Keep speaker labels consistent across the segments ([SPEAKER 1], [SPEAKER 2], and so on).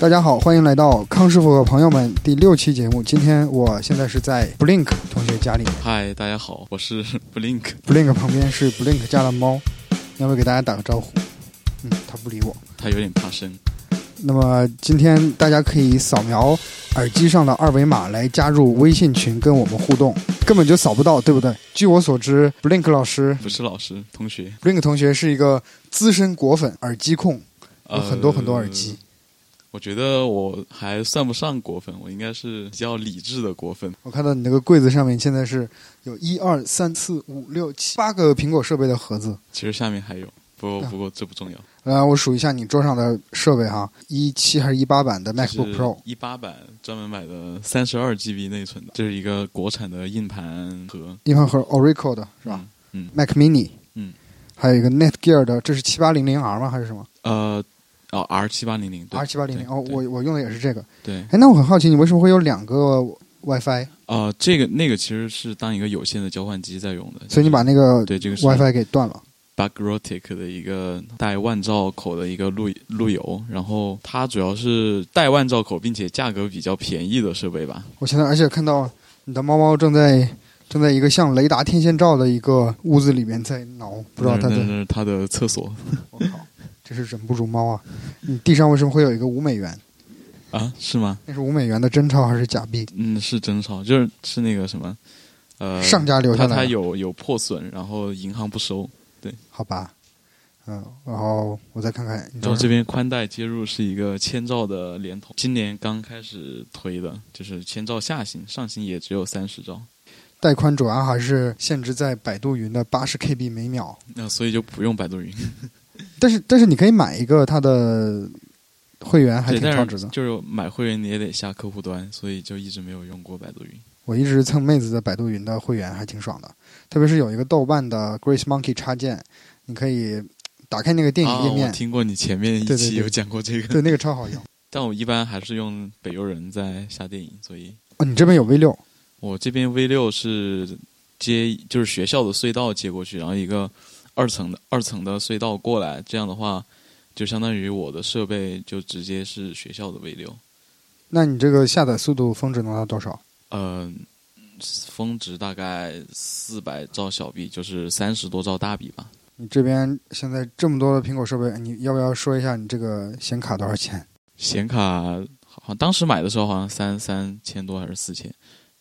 [SPEAKER 1] 大家好，欢迎来到康师傅和朋友们第六期节目。今天我现在是在 Blink 同学家里
[SPEAKER 2] 嗨，大家好，我是 Blink。
[SPEAKER 1] ，Blink 旁边是 Blink 家的猫，要不要给大家打个招呼？嗯，它不理我。
[SPEAKER 2] 他有点怕生，
[SPEAKER 1] 那么今天大家可以扫描耳机上的二维码来加入微信群跟我们互动，根本就扫不到，对不对？据我所知，Blink 老师
[SPEAKER 2] 不是老师，同学，
[SPEAKER 1] ，Blink 同学是一个资深果粉耳机控，有
[SPEAKER 2] 呃，
[SPEAKER 1] 很多很多耳机。。
[SPEAKER 2] 我觉得我还算不上果粉，我应该是比较理智的果粉。
[SPEAKER 1] 我看到你那个柜子上面现在是有一二三四五六七八个苹果设备的盒子。
[SPEAKER 2] 其实下面还有，不过
[SPEAKER 1] 啊
[SPEAKER 2] 不过这不重要。
[SPEAKER 1] 来，我数一下你桌上的设备哈，一七还是一八版的 MacBook Pro，
[SPEAKER 2] 一八版专门买的三十二 GB 内存的，这是一个国产的硬盘盒，
[SPEAKER 1] 硬盘盒 Oracle 的是吧、？
[SPEAKER 2] 嗯，
[SPEAKER 1] m a c Mini，
[SPEAKER 2] 嗯，
[SPEAKER 1] 还有一个 Netgear 的，这是七八零零 R 吗？还是什么
[SPEAKER 2] 呃，哦，R 七八零零
[SPEAKER 1] R 七八零零？哦，
[SPEAKER 2] 对
[SPEAKER 1] 我我用的也是这个。
[SPEAKER 2] 对，
[SPEAKER 1] 哎，那我很好奇，你为什么会有两个 WiFi？
[SPEAKER 2] 呃，这个那个其实是当一个有线的交换机在用的，
[SPEAKER 1] 所以你把那个
[SPEAKER 2] 对这个是
[SPEAKER 1] WiFi 给断了。
[SPEAKER 2] Bagrotic 的一个带万兆口的一个路路由，然后它主要是带万兆口，并且价格比较便宜的设备吧。
[SPEAKER 1] 我现在而且看到你的猫猫正在正在一个像雷达天线罩的一个屋子里面在挠，不知道它
[SPEAKER 2] 那
[SPEAKER 1] 在
[SPEAKER 2] 是那是它的厕所
[SPEAKER 1] 我 靠，真是忍不住猫啊！你地上为什么会有一个五美元？
[SPEAKER 2] 啊？是吗？
[SPEAKER 1] 那是五美元的真钞还是假币？
[SPEAKER 2] 嗯，是真钞，就是是那个什么，呃，
[SPEAKER 1] 上家留下
[SPEAKER 2] 它
[SPEAKER 1] 来
[SPEAKER 2] 它
[SPEAKER 1] 的
[SPEAKER 2] 有有破损，然后银行不收。
[SPEAKER 1] 好吧，嗯，然后我再看看，你
[SPEAKER 2] 然
[SPEAKER 1] 说
[SPEAKER 2] 后这边宽带接入是一个千兆的联通，今年刚开始推的，就是千兆下行，上行也只有三十兆，
[SPEAKER 1] 带宽主啊要还是限制在百度云的八十 KB 每秒，
[SPEAKER 2] 那所以就不用百度云。
[SPEAKER 1] 但是但是你可以买一个它的会员，还
[SPEAKER 2] 对，
[SPEAKER 1] 挺
[SPEAKER 2] 但
[SPEAKER 1] 超
[SPEAKER 2] 是
[SPEAKER 1] 值的。
[SPEAKER 2] 就是买会员你也得下客户端，所以就一直没有用过百度云。
[SPEAKER 1] 我一直蹭妹子的百度云的会员，还挺爽的。特别是有一个豆瓣的 Grace Monkey 插件，你可以打开那个电
[SPEAKER 2] 啊，
[SPEAKER 1] 影页
[SPEAKER 2] 我
[SPEAKER 1] 面，
[SPEAKER 2] 听过你前面一
[SPEAKER 1] 对对
[SPEAKER 2] 期
[SPEAKER 1] 对
[SPEAKER 2] 有讲过这 个，
[SPEAKER 1] 对那个超好用。
[SPEAKER 2] 但我一般还是用北邮人在下电影，所以
[SPEAKER 1] 哦，你这边有 V 六，
[SPEAKER 2] 我这边 V 六是接就是学校的隧道接过去，然后一个二层的二层的隧道过来，这样的话就相当于我的设备就直接是学校的 V 六，
[SPEAKER 1] 那你这个下载速度峰值能到多少？
[SPEAKER 2] 嗯、峰值大概四百兆小币，就是三十多兆大笔吧。
[SPEAKER 1] 你这边现在这么多的苹果设备，你要不要说一下你这个显卡多少钱？
[SPEAKER 2] 显卡好像当时买的时候好像三三千多还是四千，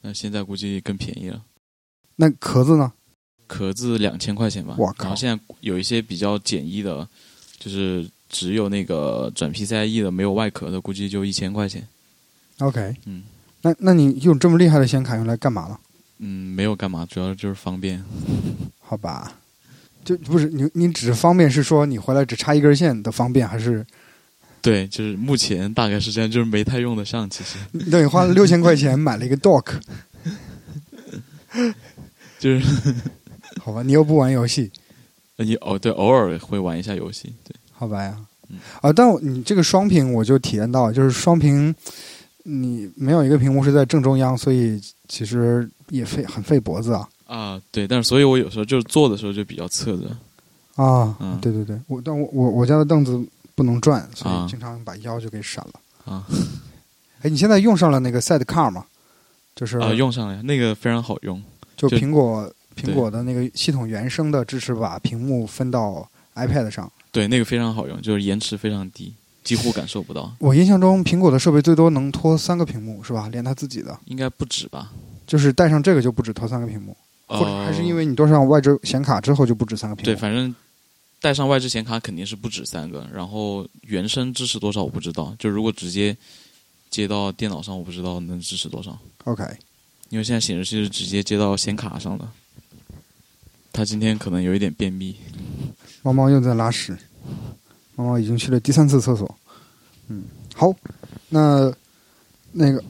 [SPEAKER 2] 那现在估计更便宜了，
[SPEAKER 1] 那壳子呢？
[SPEAKER 2] 壳子两千块钱吧。
[SPEAKER 1] 我靠
[SPEAKER 2] 然后现在有一些比较简易的，就是只有那个转 PCIe E 的没有外壳的，估计就一千块钱。
[SPEAKER 1] OK，
[SPEAKER 2] 嗯
[SPEAKER 1] 那那你用这么厉害的显卡用来干嘛了？
[SPEAKER 2] 嗯，没有干嘛，主要就是方便。
[SPEAKER 1] 好吧，就不是你，你只是方便是说你回来只插一根线的方便，还是
[SPEAKER 2] 对，就是目前大概是这样，就是没太用得上。其实
[SPEAKER 1] 等于花了六千块钱买了一个 dock？
[SPEAKER 2] 就是
[SPEAKER 1] 好吧，你又不玩游戏，
[SPEAKER 2] 你哦，对，偶尔会玩一下游戏。对，
[SPEAKER 1] 好吧呀
[SPEAKER 2] 嗯。
[SPEAKER 1] 啊，但我你这个双屏我就体验到，就是双屏，你没有一个屏幕是在正中央，所以其实也费很费脖子啊。
[SPEAKER 2] 啊，对，但是所以我有时候就是坐的时候就比较侧着。
[SPEAKER 1] 啊，
[SPEAKER 2] 嗯
[SPEAKER 1] 对对对，我但我我我家的凳子不能转，所
[SPEAKER 2] 啊
[SPEAKER 1] 以经常把腰就给闪了。
[SPEAKER 2] 啊，
[SPEAKER 1] 哎，你现在用上了那个 Sidecar 吗？就是、
[SPEAKER 2] 啊，用上了呀，那个非常好用。
[SPEAKER 1] 就
[SPEAKER 2] 就
[SPEAKER 1] 苹果
[SPEAKER 2] 对
[SPEAKER 1] 苹果的那个系统原生的支持把屏幕分到 iPad 上。
[SPEAKER 2] 对，那个非常好用，就是延迟非常低，几乎感受不到，
[SPEAKER 1] 我印象中苹果的设备最多能拖三个屏幕是吧？连它自己的，
[SPEAKER 2] 应该不止吧？
[SPEAKER 1] 就是带上这个就不止拖三个屏幕，或者
[SPEAKER 2] 呃
[SPEAKER 1] 还是因为你多上外置显卡之后就不止三个屏幕。
[SPEAKER 2] 对，反正带上外置显卡肯定是不止三个，然后原生支持多少我不知道，就如果直接接到电脑上，我不知道能支持多少，
[SPEAKER 1] OK，
[SPEAKER 2] 因为现在显示器是直接接到显卡上的。他今天可能有一点便秘，
[SPEAKER 1] 猫猫又在拉屎，猫猫已经去了第三次厕所。嗯，好，那那个，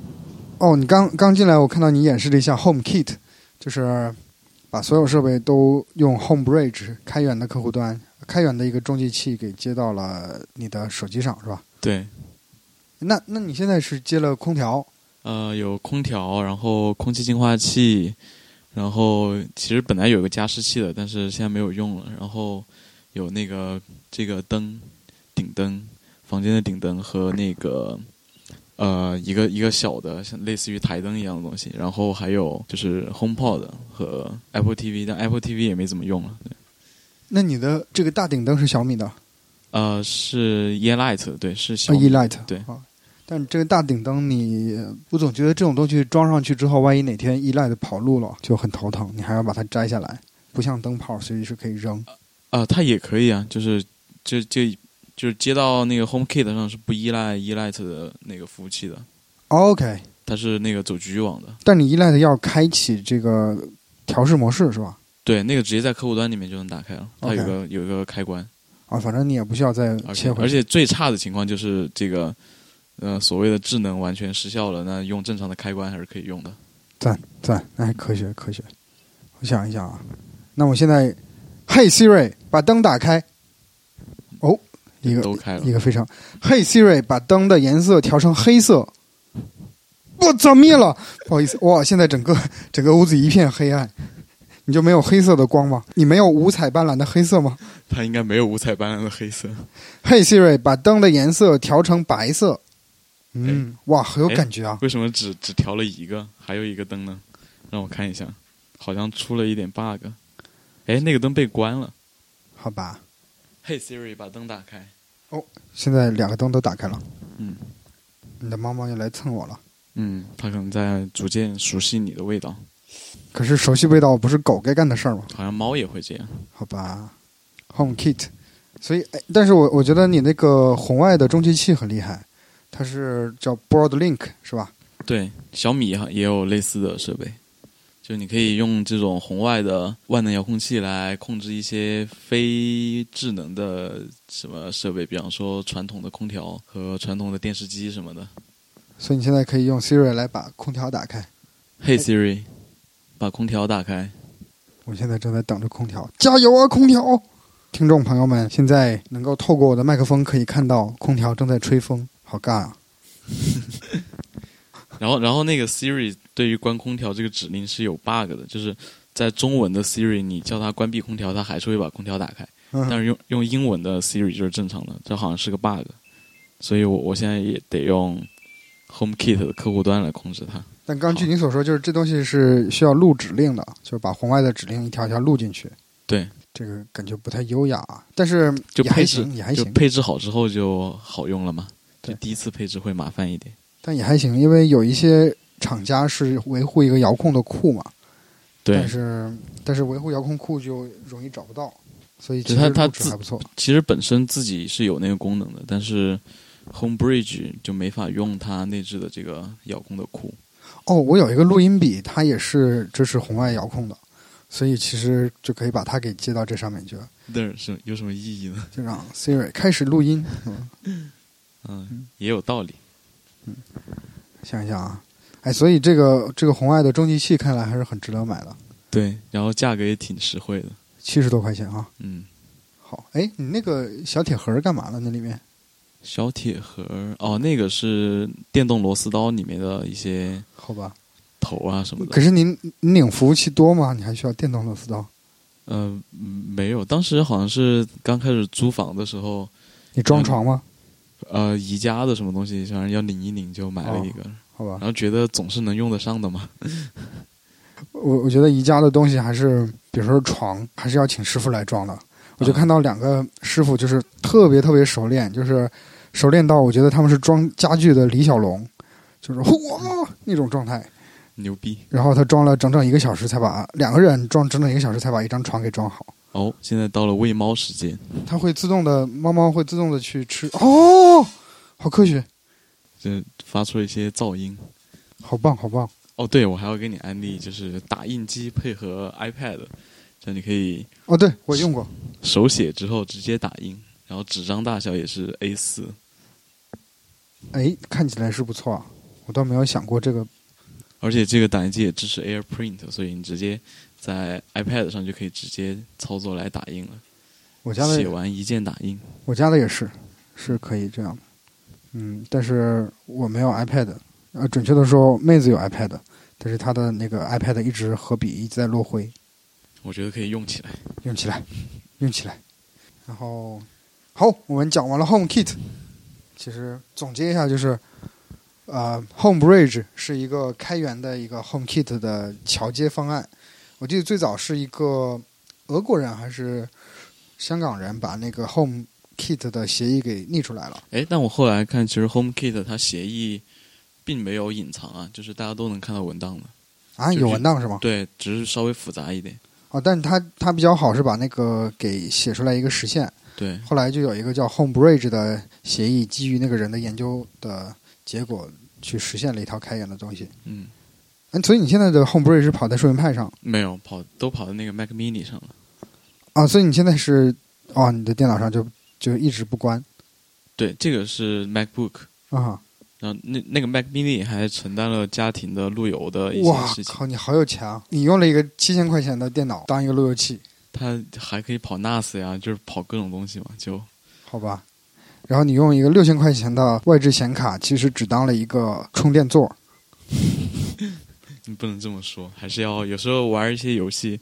[SPEAKER 1] 哦，你刚刚进来，我看到你演示了一下 Home Kit，就是把所有设备都用 Home Bridge 开源的客户端、开源的一个中继器给接到了你的手机上，是吧？
[SPEAKER 2] 对，
[SPEAKER 1] 那那你现在是接了空调，
[SPEAKER 2] 呃，有空调，然后空气净化器，然后其实本来有个加湿器的，但是现在没有用了。然后有那个这个灯，顶灯，房间的顶灯和那个呃一个一个小的像类似于台灯一样的东西，然后还有就是 HomePod 和 Apple TV，但 Apple TV 也没怎么用了。对
[SPEAKER 1] 那你的这个大顶灯是小米的啊
[SPEAKER 2] 呃，是 Yeelight，对，是小米。
[SPEAKER 1] ，Elight
[SPEAKER 2] 对
[SPEAKER 1] 啊，但这个大顶灯你，我总觉得这种东西装上去之后，万一哪天 Elight 跑路了，就很头疼，你还要把它摘下来，不像灯泡随时可以扔。
[SPEAKER 2] 啊，它也可以啊，就是就就就是接到那个 HomeKit 上是不依赖 Elite 的那个服务器的，
[SPEAKER 1] OK，
[SPEAKER 2] 它是那个走局域网的。
[SPEAKER 1] 但你 Elight 要开启这个调试模式是吧？
[SPEAKER 2] 对，那个直接在客户端里面就能打开了，它
[SPEAKER 1] OK
[SPEAKER 2] 有个有一个开关，
[SPEAKER 1] 啊，反正你也不需要再
[SPEAKER 2] 而且
[SPEAKER 1] 切回去。
[SPEAKER 2] 而且最差的情况就是这个，呃，所谓的智能完全失效了，那用正常的开关还是可以用的。
[SPEAKER 1] 赞赞，哎，科学科学。我想一想啊，那我现在，嘿 Siri，把灯打开。哦，一个
[SPEAKER 2] 都开了
[SPEAKER 1] 一个非常，嘿 Siri，把灯的颜色调成黑色。我操，灭了！不好意思，哇，现在整个整个屋子一片黑暗。你就没有黑色的光吗？你没有五彩斑斓的黑色吗？
[SPEAKER 2] 它应该没有五彩斑斓的黑色。
[SPEAKER 1] 嘿 Siri，把灯的颜色调成白色。嗯，哇，很有
[SPEAKER 2] 哎
[SPEAKER 1] 感觉啊！
[SPEAKER 2] 为什么只只调了一个，还有一个灯呢？让我看一下，好像出了一点 bug。哎，那个灯被关了。
[SPEAKER 1] 好吧，
[SPEAKER 2] 嘿、Siri，把灯打开。
[SPEAKER 1] 现在两个灯都打开了。
[SPEAKER 2] 嗯
[SPEAKER 1] 你的猫猫又来蹭我了。
[SPEAKER 2] 嗯，它可能在逐渐熟悉你的味道，
[SPEAKER 1] 可是熟悉味道不是狗该干的事儿吗？
[SPEAKER 2] 好像猫也会这样。
[SPEAKER 1] 好吧，Home Kit，所以，哎，但是我我觉得你那个红外的中继器很厉害，它是叫 Broadlink 是吧？
[SPEAKER 2] 对，小米哈也有类似的设备，就你可以用这种红外的万能遥控器来控制一些非智能的什么设备，比方说传统的空调和传统的电视机什么的。
[SPEAKER 1] 所以你现在可以用 Siri 来把空调打开。
[SPEAKER 2] 嘿、Siri，把空调打开。
[SPEAKER 1] 我现在正在等着空调，加油啊，空调！听众朋友们，现在能够透过我的麦克风可以看到空调正在吹风，好尬啊！
[SPEAKER 2] 然后，然后那个 Siri 对于关空调这个指令是有 bug 的，就是在中文的 Siri，你叫它关闭空调，它还是会把空调打开，但
[SPEAKER 1] 嗯，
[SPEAKER 2] 是用用英文的 Siri 就是正常的，这好像是个 bug，所以我我现在也得用 HomeKit 的客户端来控制它。
[SPEAKER 1] 但刚据你所说，就是这东西是需要录指令的，就是把红外的指令一条一条录进去。
[SPEAKER 2] 对，
[SPEAKER 1] 这个感觉不太优雅，啊，但是
[SPEAKER 2] 就
[SPEAKER 1] 也还
[SPEAKER 2] 配置
[SPEAKER 1] 行，也还
[SPEAKER 2] 就
[SPEAKER 1] 行。
[SPEAKER 2] 配置好之后就好用了嘛，就
[SPEAKER 1] 对
[SPEAKER 2] 第一次配置会麻烦一点。
[SPEAKER 1] 但也还行，因为有一些厂家是维护一个遥控的库嘛，
[SPEAKER 2] 对
[SPEAKER 1] 但，是但是维护遥控库就容易找不到，所以其
[SPEAKER 2] 就
[SPEAKER 1] 实
[SPEAKER 2] 它它
[SPEAKER 1] 录制
[SPEAKER 2] 自
[SPEAKER 1] 还不错。
[SPEAKER 2] 其实本身自己是有那个功能的，但是 HomeBridge 就没法用它内置的这个遥控的库。
[SPEAKER 1] 哦，我有一个录音笔，它也是支持红外遥控的，所以其实就可以把它给接到这上面去，
[SPEAKER 2] 那是有什么意义呢？
[SPEAKER 1] 就让 Siri 开始录 音。嗯，
[SPEAKER 2] 嗯，也有道理。
[SPEAKER 1] 想一想啊，哎，所以这个这个红外的中继器看来还是很值得买的，
[SPEAKER 2] 对，然后价格也挺实惠的。
[SPEAKER 1] 七十多块钱啊。
[SPEAKER 2] 嗯，
[SPEAKER 1] 好，哎，你那个小铁盒干嘛了？那里面
[SPEAKER 2] 小铁盒儿哦，那个是电动螺丝刀里面的一些
[SPEAKER 1] 好吧？
[SPEAKER 2] 头啊什么的
[SPEAKER 1] 可。是您您领服务器多吗？你还需要电动螺丝刀？
[SPEAKER 2] 嗯、没有，当时好像是刚开始租房的时候，
[SPEAKER 1] 你装床吗？
[SPEAKER 2] 呃，宜家的什么东西，反正要领一领就买了一个，
[SPEAKER 1] 好吧
[SPEAKER 2] 然，后觉得总是能用得上的嘛。
[SPEAKER 1] 我我觉得宜家的东西还是，比如说床，还是要请师傅来装的。我就看到两个师傅就是特别特别熟练，就是熟练到我觉得他们是装家具的李小龙，就是哇那种状态。
[SPEAKER 2] 牛逼
[SPEAKER 1] 然后他装了整整一个小时，才把两个人装整整一个小时才把一张床给装好。
[SPEAKER 2] 哦！现在到了喂猫时间，
[SPEAKER 1] 它会自动的，猫猫会自动的去吃。哦，好科学，
[SPEAKER 2] 这发出了一些噪音。
[SPEAKER 1] 好棒，好棒。
[SPEAKER 2] 哦，对，我还要给你安利，就是打印机配合 iPad，这样你可以
[SPEAKER 1] 哦，对我用过，
[SPEAKER 2] 手写之后直接打印，然后纸张大小也是 A 四。
[SPEAKER 1] 哎，看起来是不错啊，我倒没有想过这个
[SPEAKER 2] 而且这个打印机也支持 AirPrint，所以你直接在 iPad 上就可以直接操作来打印了。
[SPEAKER 1] 我家的
[SPEAKER 2] 写完一键打印，
[SPEAKER 1] 我家的也是，是可以这样的。嗯，但是我没有 iPad，呃，准确的说，妹子有 iPad，但是她的那个 iPad 一直和笔一直在落灰，
[SPEAKER 2] 我觉得可以用起来。
[SPEAKER 1] 用起来，用起来。然后，好，我们讲完了 Home Kit，其实总结一下就是，呃，HomeBridge 是一个开源的一个 HomeKit 的桥接方案。我记得最早是一个俄国人还是香港人把那个 HomeKit 的协议给逆出来了。
[SPEAKER 2] 哎，但我后来看，其实 HomeKit 它协议并没有隐藏啊，就是大家都能看到文档的。
[SPEAKER 1] 啊，
[SPEAKER 2] 就是
[SPEAKER 1] 有文档是吗？
[SPEAKER 2] 对，只是稍微复杂一点。
[SPEAKER 1] 啊，但是它它比较好是把那个给写出来一个实现。
[SPEAKER 2] 对，
[SPEAKER 1] 后来就有一个叫 HomeBridge 的协议，基于那个人的研究的结果去实现了一套开源的东西。
[SPEAKER 2] 嗯，
[SPEAKER 1] 嗯，所以你现在的 HomeBridge 是跑在树云派上
[SPEAKER 2] 没有跑，都跑到那个 Mac Mini 上了。
[SPEAKER 1] 啊，所以你现在是哦，你的电脑上就就一直不关
[SPEAKER 2] 对，这个是 MacBook，
[SPEAKER 1] 啊。
[SPEAKER 2] 然后那那个 Mac Mini 还承担了家庭的路由的一些
[SPEAKER 1] 哇
[SPEAKER 2] 事情，
[SPEAKER 1] 靠，你好有钱啊！你用了一个七千块钱的电脑当一个路由器，
[SPEAKER 2] 它还可以跑 NAS 呀，就是跑各种东西嘛，就
[SPEAKER 1] 好吧？然后你用一个六千块钱的外置显卡，其实只当了一个充电座。
[SPEAKER 2] 你不能这么说，还是要有时候玩一些游戏。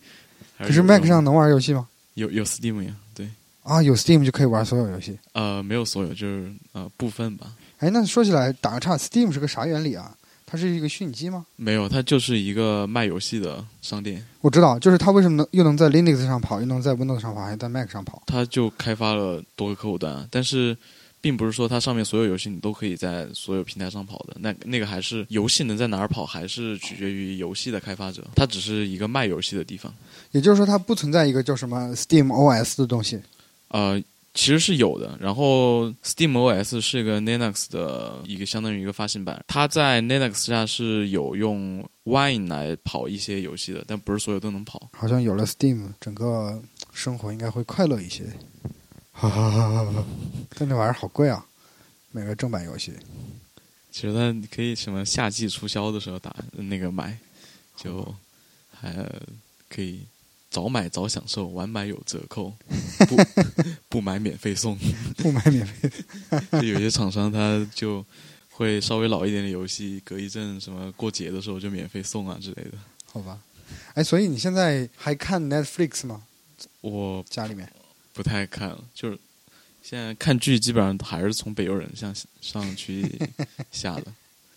[SPEAKER 2] 还
[SPEAKER 1] 可是
[SPEAKER 2] 有用
[SPEAKER 1] Mac 上能玩游戏吗？
[SPEAKER 2] 有有 Steam 呀，对，
[SPEAKER 1] 啊，有 Steam 就可以玩所有游戏。
[SPEAKER 2] 呃，没有所有，就是呃部分吧，
[SPEAKER 1] 哎，那说起来打个岔，Steam 是个啥原理啊？它是一个虚拟机吗？
[SPEAKER 2] 没有，它就是一个卖游戏的商店，
[SPEAKER 1] 我知道，就是它为什么能又能在 Linux 上跑，又能在 Windows 上跑，还能在 Mac 上跑
[SPEAKER 2] 它就开发了多个客户端啊，但是并不是说它上面所有游戏你都可以在所有平台上跑的，那那个还是游戏能在哪儿跑，还是取决于游戏的开发者，它只是一个卖游戏的地方。
[SPEAKER 1] 也就是说，它不存在一个叫什么 Steam OS 的东西。
[SPEAKER 2] 呃，其实是有的。然后 Steam OS 是一个 Linux 的一个相当于一个发行版，它在 Linux 下是有用 Wine 来跑一些游戏的，但不是所有都能跑。
[SPEAKER 1] 好像有了 Steam，整个生活应该会快乐一些。哈哈哈哈哈！但那玩意儿好贵啊，每个正版游戏。
[SPEAKER 2] 其实它可以什么夏季促销的时候打那个买，就还可以早买早享受，晚买有折扣，不不买免费送。
[SPEAKER 1] 不买免费，
[SPEAKER 2] 就有些厂商他就会稍微老一点的游戏，隔一阵什么过节的时候就免费送啊之类的。
[SPEAKER 1] 好吧？哎，所以你现在还看 Netflix 吗？
[SPEAKER 2] 我
[SPEAKER 1] 家里面
[SPEAKER 2] 不太看了，就是现在看剧基本上还是从北邮人上上去下的。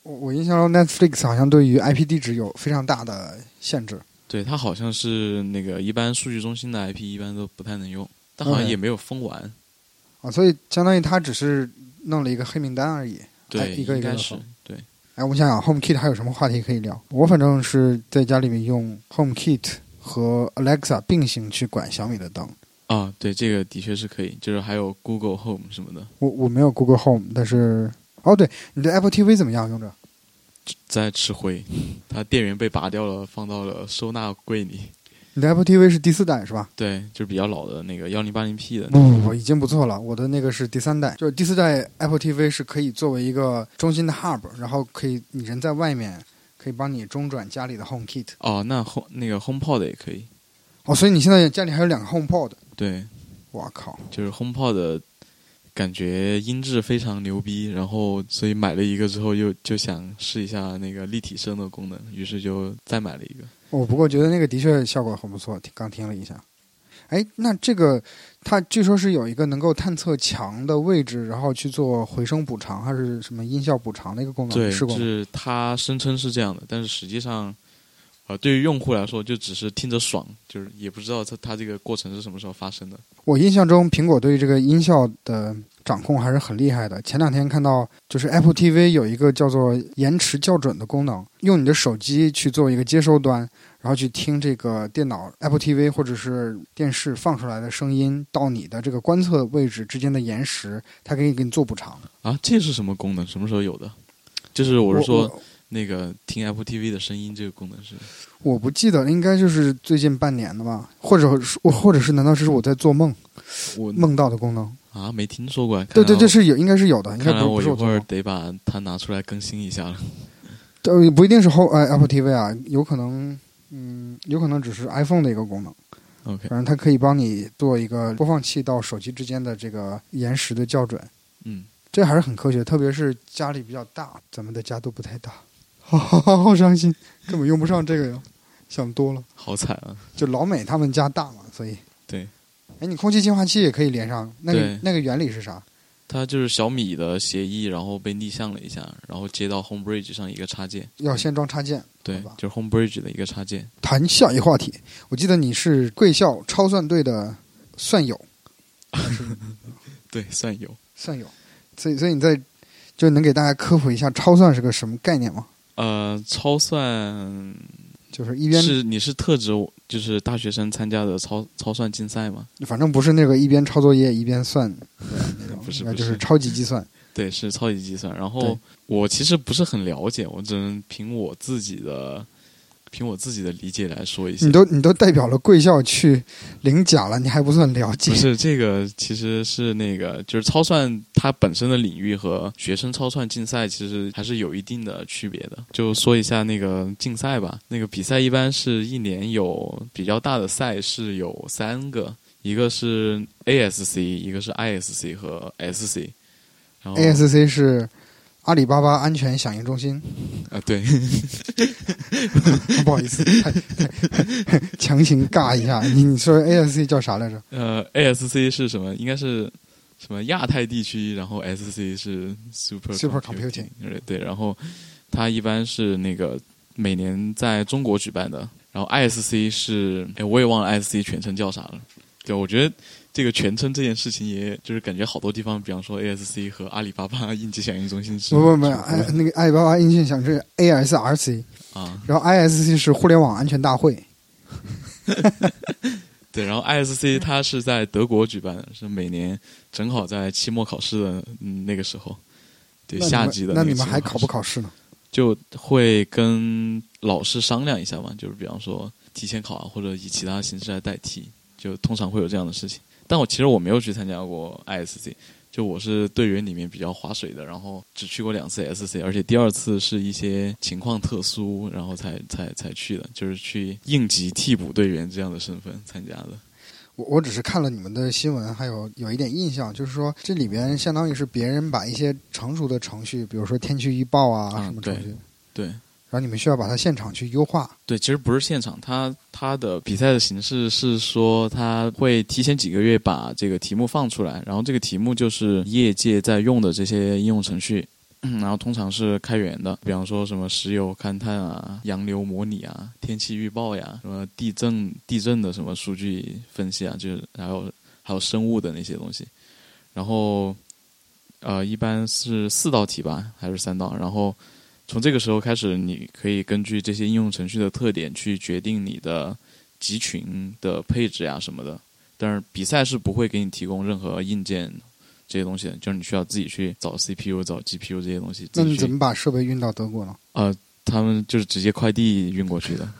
[SPEAKER 1] 我我印象中 Netflix 好像对于 IP 地址有非常大的限制。
[SPEAKER 2] 对，它好像是那个一般数据中心的 IP 一般都不太能用，但好像
[SPEAKER 1] OK
[SPEAKER 2] 也没有封完。
[SPEAKER 1] 啊，所以相当于它只是弄了一个黑名单而已。哎
[SPEAKER 2] 对，
[SPEAKER 1] 一个一
[SPEAKER 2] 应
[SPEAKER 1] 个
[SPEAKER 2] 该
[SPEAKER 1] 的
[SPEAKER 2] 是
[SPEAKER 1] 封
[SPEAKER 2] 对。
[SPEAKER 1] 哎，我想想，HomeKit 还有什么话题可以聊？我反正是在家里面用 HomeKit 和 Alexa 并行去管小米的灯。
[SPEAKER 2] 啊，对，这个的确是可以，就是还有 Google Home 什么的，
[SPEAKER 1] 我我没有 Google Home，但是哦，对，你的 Apple TV 怎么样用着？
[SPEAKER 2] 在吃灰，它电源被拔掉了，放到了收纳柜里。
[SPEAKER 1] 你的 Apple TV 是第四代是吧？
[SPEAKER 2] 对，就是比较老的那个幺零八零 P 的那
[SPEAKER 1] 不
[SPEAKER 2] 个。
[SPEAKER 1] 不不，已经不错了。我的那个是第三代，就是第四代 Apple TV 是可以作为一个中心的 hub，然后可以你人在外面，可以帮你中转家里的 HomeKit。
[SPEAKER 2] 哦，那 Home 那个 HomePod 也可以。
[SPEAKER 1] 哦，所以你现在家里还有两个 HomePod。
[SPEAKER 2] 对，
[SPEAKER 1] 我靠！
[SPEAKER 2] 就是 HomePod 的感觉音质非常牛逼，然后所以买了一个之后又就想试一下那个立体声的功能，于是就再买了一个。
[SPEAKER 1] 我哦不过觉得那个的确效果很不错，听刚听了一下。哎，那这个它据说是有一个能够探测墙的位置，然后去做回声补偿还是什么音效补偿的一个功能，
[SPEAKER 2] 对，
[SPEAKER 1] 你试过吗？
[SPEAKER 2] 是它声称是这样的，但是实际上，呃，对于用户来说就只是听着爽，就是也不知道它它这个过程是什么时候发生的。
[SPEAKER 1] 我印象中，苹果对于这个音效的掌控还是很厉害的。前两天看到，就是 Apple TV 有一个叫做延迟校准的功能，用你的手机去做一个接收端，然后去听这个电脑 Apple TV 或者是电视放出来的声音到你的这个观测位置之间的延时，它可以给你做补偿。
[SPEAKER 2] 啊，这是什么功能？什么时候有的？就是我是说
[SPEAKER 1] 我
[SPEAKER 2] 那个听 Apple TV 的声音这个功能是
[SPEAKER 1] 我不记得了，应该就是最近半年的吧，或者是我或者是难道这是我在做梦
[SPEAKER 2] 我
[SPEAKER 1] 梦到的功能？
[SPEAKER 2] 啊没听说过。
[SPEAKER 1] 对对，
[SPEAKER 2] 看来
[SPEAKER 1] 这是有应该是有的，应该
[SPEAKER 2] 看来
[SPEAKER 1] 不
[SPEAKER 2] 我
[SPEAKER 1] 不
[SPEAKER 2] 一
[SPEAKER 1] 是我做
[SPEAKER 2] 会儿
[SPEAKER 1] 梦。
[SPEAKER 2] 得把它拿出来更新一下了。
[SPEAKER 1] 呃，不一定是后呃 Apple TV 啊，有可能，嗯，有可能只是 iPhone 的一个功能，
[SPEAKER 2] OK，
[SPEAKER 1] 反正它可以帮你做一个播放器到手机之间的这个延时的校准，
[SPEAKER 2] 嗯。
[SPEAKER 1] 这还是很科学，特别是家里比较大，咱们的家都不太大， 好好好好伤心，根本用不上这个 呀，想多了。
[SPEAKER 2] 好惨啊！
[SPEAKER 1] 就老美他们家大嘛，所以
[SPEAKER 2] 对，
[SPEAKER 1] 哎，你空气净化器也可以连上，那个
[SPEAKER 2] 对
[SPEAKER 1] 那个原理是啥？
[SPEAKER 2] 它就是小米的协议，然后被逆向了一下，然后接到 Homebridge 上一个插件，
[SPEAKER 1] 要先装插件。
[SPEAKER 2] 对
[SPEAKER 1] 好吧，
[SPEAKER 2] 就是 Homebridge 的一个插件。
[SPEAKER 1] 谈下一话题，我记得你是贵校超算队的算友，
[SPEAKER 2] 对，算有
[SPEAKER 1] 算友，所以所以你在就能给大家科普一下超算是个什么概念吗？
[SPEAKER 2] 呃，超算
[SPEAKER 1] 就是一边
[SPEAKER 2] 是你是特指我就是大学生参加的超超算竞赛吗？
[SPEAKER 1] 反正不是那个一边抄作业一边算，那种
[SPEAKER 2] 不是
[SPEAKER 1] 那
[SPEAKER 2] 不
[SPEAKER 1] 就是是超级计算。
[SPEAKER 2] 对，是超级计算。然
[SPEAKER 1] 对
[SPEAKER 2] 后我其实不是很了解，我只能凭我自己的凭我自己的理解来说一下。
[SPEAKER 1] 你都你都代表了贵校去领奖了，你还不算了解
[SPEAKER 2] 不？是这个，其实是那个，就是超算它本身的领域和学生超算竞赛其实还是有一定的区别的。就说一下那个竞赛吧，那个比赛一般是一年有比较大的赛事有三个，一个是 ASC，一个是 ISC 和 SC。然后
[SPEAKER 1] ASC 是阿里巴巴安全响应中心，
[SPEAKER 2] 啊，对，
[SPEAKER 1] 不好意思，太太 强行尬一下。你你说 ASC 叫啥来着？
[SPEAKER 2] 呃，ASC 是什么？应该是什么亚太地区，然后 SC 是 Super
[SPEAKER 1] Super
[SPEAKER 2] Computing，对，然后它一般是那个每年在中国举办的，然后 ISC 是，哎，我也忘了 ISC 全称叫啥了。对，我觉得这个全称这件事情也，就是感觉好多地方，比方说 ASC 和阿里巴巴应急响应中心是
[SPEAKER 1] 不不不，
[SPEAKER 2] 是
[SPEAKER 1] 哎，那个阿里巴巴音讯响是 ASRC，
[SPEAKER 2] 啊，
[SPEAKER 1] 然后 ISC 是互联网安全大会。
[SPEAKER 2] 对，然后 ISC 它是在德国举办的，是每年正好在期末考试的嗯那个时候，对，
[SPEAKER 1] 那你
[SPEAKER 2] 夏
[SPEAKER 1] 们
[SPEAKER 2] 季的
[SPEAKER 1] 那
[SPEAKER 2] 个
[SPEAKER 1] 你
[SPEAKER 2] 期
[SPEAKER 1] 们
[SPEAKER 2] 末
[SPEAKER 1] 还考
[SPEAKER 2] 试
[SPEAKER 1] 不考试呢？
[SPEAKER 2] 就会跟老师商量一下嘛，就是比方说提前考啊，或者以其他形式来代替，就通常会有这样的事情。但我其实我没有去参加过 ISC，就我是队员里面比较划水的，然后只去过两次 SC，而且第二次是一些情况特殊，然后才才才去的，就是去应急替补队员这样的身份参加的。
[SPEAKER 1] 我我只是看了你们的新闻，还有有一点印象，就是说这里边相当于是别人把一些成熟的程序，比如说天气预报啊、
[SPEAKER 2] 啊
[SPEAKER 1] 什么程序，
[SPEAKER 2] 对
[SPEAKER 1] 然后你们需要把它现场去优化。
[SPEAKER 2] 对，其实不是现场，他他的比赛的形式是说，他会提前几个月把这个题目放出来，然后这个题目就是业界在用的这些应用程序，嗯然后通常是开源的，比方说什么石油勘探啊、洋流模拟啊、天气预报呀、什么地震地震的什么数据分析啊，就是还有还有生物的那些东西，然后呃一般是四道题吧，还是三道，然后。从这个时候开始，你可以根据这些应用程序的特点去决定你的集群的配置呀、什么的。但是比赛是不会给你提供任何硬件这些东西的，就是你需要自己 去找 CPU、找 GPU 这些东西。
[SPEAKER 1] 那
[SPEAKER 2] 自己
[SPEAKER 1] 你
[SPEAKER 2] 去
[SPEAKER 1] 怎么把设备运到德国呢？
[SPEAKER 2] 呃，他们就是直接快递运过去的，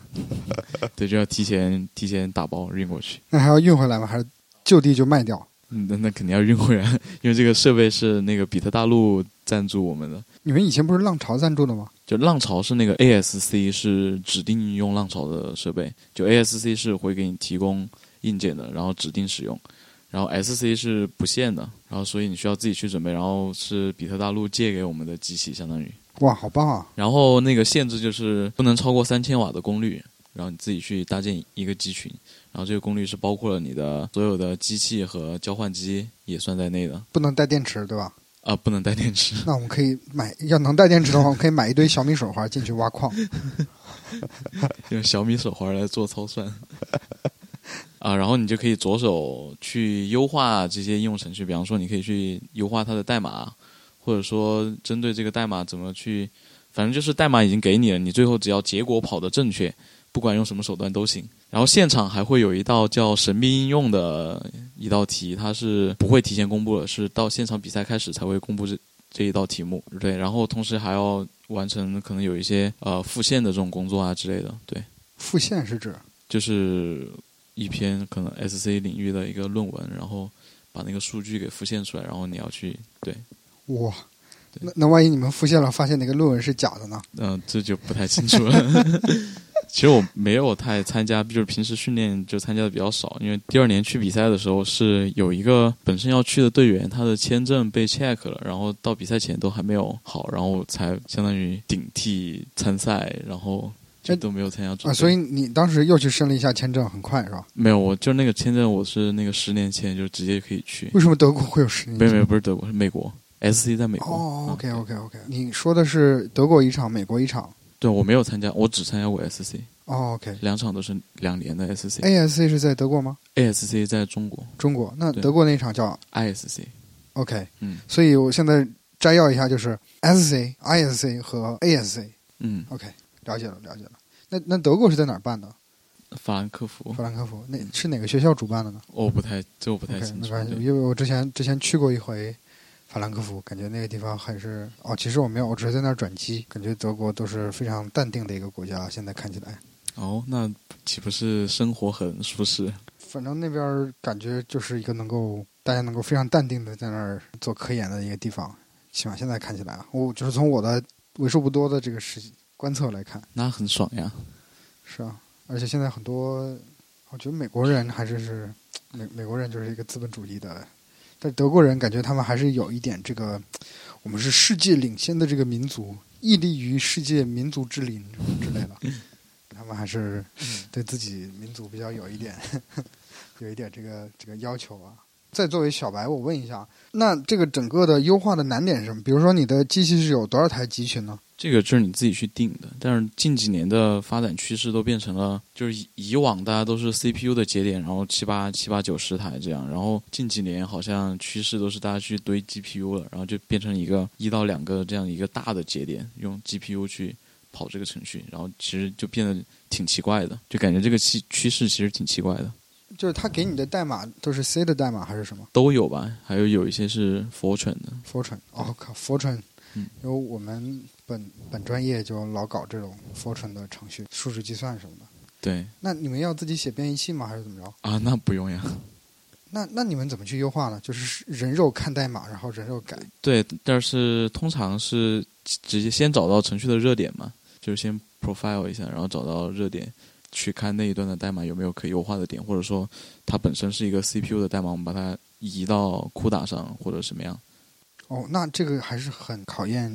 [SPEAKER 2] 对，就要提前提前打包运过去。
[SPEAKER 1] 那还要运回来吗？还是就地就卖掉？
[SPEAKER 2] 嗯那那肯定要运回来， 因为这个设备是那个比特大陆赞助我们的。
[SPEAKER 1] 你们以前不是浪潮赞助的吗？
[SPEAKER 2] 就浪潮是那个 ASC 是指定用浪潮的设备，就 ASC 是会给你提供硬件的，然后指定使用，然后 SC 是不限的，然后所以你需要自己去准备，然后是比特大陆借给我们的机器，相当于，
[SPEAKER 1] 哇，好棒啊！
[SPEAKER 2] 然后那个限制就是不能超过三千瓦的功率，然后你自己去搭建一个机群，然后这个功率是包括了你的所有的机器和交换机也算在内的，啊、
[SPEAKER 1] 不能带电池，对吧？
[SPEAKER 2] 不能带电池。
[SPEAKER 1] 那我们可以买，要能带电池的话，我们可以买一堆小米手环进去挖 矿。
[SPEAKER 2] 用小米手环来做操算。 啊，然后你就可以着手去优化这些应用程序，比方说你可以去优化它的代码，或者说针对这个代码怎么去，反正就是代码已经给你了，你最后只要结果跑得正确，不管用什么手段都行。然后现场还会有一道叫神秘应用的一道题，它是不会提前公布的，是到现场比赛开始才会公布这这一道题目。对，然后同时还要完成可能有一些呃复现的这种工作啊之类的，对。
[SPEAKER 1] 复现是指
[SPEAKER 2] 就是一篇可能 SC 领域的一个论文，然后把那个数据给复现出来，然后你要去对，
[SPEAKER 1] 哇，
[SPEAKER 2] 对
[SPEAKER 1] 那那万一你们复现了，发现那个论文是假的呢？
[SPEAKER 2] 嗯、这就不太清楚了。其实我没有太参加，就是平时训练就参加的比较少，因为第二年去比赛的时候是有一个本身要去的队员，他的签证被 check 了，然后到比赛前都还没有好，然后才相当于顶替参赛，然后就都没有参加准备
[SPEAKER 1] 啊，所以你当时又去申了一下签证，很快是吧？
[SPEAKER 2] 没有，我就那个签证，我是那个十年前就直接可以去。
[SPEAKER 1] 为什么德国会有十年签
[SPEAKER 2] 没有没有，不是德国，是美国。S C 在美国。
[SPEAKER 1] 嗯哦
[SPEAKER 2] 嗯
[SPEAKER 1] ，OK OK OK，你说的是德国一场，美国一场。
[SPEAKER 2] 对，我没有参加，我只参加过 S C，
[SPEAKER 1] 哦，OK，ASC
[SPEAKER 2] 两场都是两年的 S C。
[SPEAKER 1] 是在德国吗？
[SPEAKER 2] A S C 在中国
[SPEAKER 1] 中国？那
[SPEAKER 2] 对
[SPEAKER 1] 德国那场叫
[SPEAKER 2] ，I S C。
[SPEAKER 1] OK，
[SPEAKER 2] 嗯
[SPEAKER 1] 所以我现在摘要一下，就是 SC、ISC 和 ASC。
[SPEAKER 2] 嗯，
[SPEAKER 1] OK，了解了，了解了。那那德国是在哪儿办的？
[SPEAKER 2] 嗯法兰克福，
[SPEAKER 1] 法兰克福那是哪个学校主办的呢
[SPEAKER 2] 我不太，这我不太
[SPEAKER 1] ？OK，
[SPEAKER 2] 清
[SPEAKER 1] 没
[SPEAKER 2] 楚。
[SPEAKER 1] 关系，
[SPEAKER 2] 对
[SPEAKER 1] 因为我之前之前去过一回法兰克福，感觉那个地方还是哦，其实我没有，我只是在那儿转机，感觉德国都是非常淡定的一个国家，现在看起来，
[SPEAKER 2] 哦，那岂不是生活很舒适？
[SPEAKER 1] 反正那边儿感觉就是一个能够大家能够非常淡定的在那儿做科研的一个地方，起码现在看起来啊，我就是从我的为数不多的这个实观测来看，
[SPEAKER 2] 那很爽呀。
[SPEAKER 1] 是啊，而且现在很多，我觉得美国人还是是美美国人就是一个资本主义的，但德国人感觉他们还是有一点这个，我们是世界领先的这个民族，屹立于世界民族之林什么之类的，他们还是对自己民族比较有一点， 有一点这个这个要求啊。再作为小白，我问一下，那这个整个的优化的难点是什么？比如说你的机器是有多少台集群呢？
[SPEAKER 2] 这个就是你自己去定的，但是近几年的发展趋势都变成了，就是以以往大家都是 CPU 的节点，然后七八七八九十台这样，然后近几年好像趋势都是大家去堆 GPU 了，然后就变成一个一到两个这样一个大的节点，用 GPU 去跑这个程序，然后其实就变得挺奇怪的，就感觉这个趋趋势其实挺奇怪的，
[SPEAKER 1] 就是他给你的代码都是 C 的代码还是什么？
[SPEAKER 2] 都有吧，还有有一些是 Fortran 的，
[SPEAKER 1] Fortran，哦靠，Fortran，
[SPEAKER 2] 嗯
[SPEAKER 1] 因为我们本本专业就老搞这种 Fortran 的程序，数值计算什么的。
[SPEAKER 2] 对
[SPEAKER 1] 那你们要自己写编译器吗？还是怎么着？
[SPEAKER 2] 啊，那不用呀。
[SPEAKER 1] 那那你们怎么去优化呢？就是人肉看代码，然后人肉改。
[SPEAKER 2] 对，但是通常是直接先找到程序的热点嘛，就是先 profile 一下，然后找到热点，去看那一段的代码有没有可优化的点，或者说它本身是一个 CPU 的代码，我们把它移到库打上或者什么样。
[SPEAKER 1] 哦，那这个还是很考验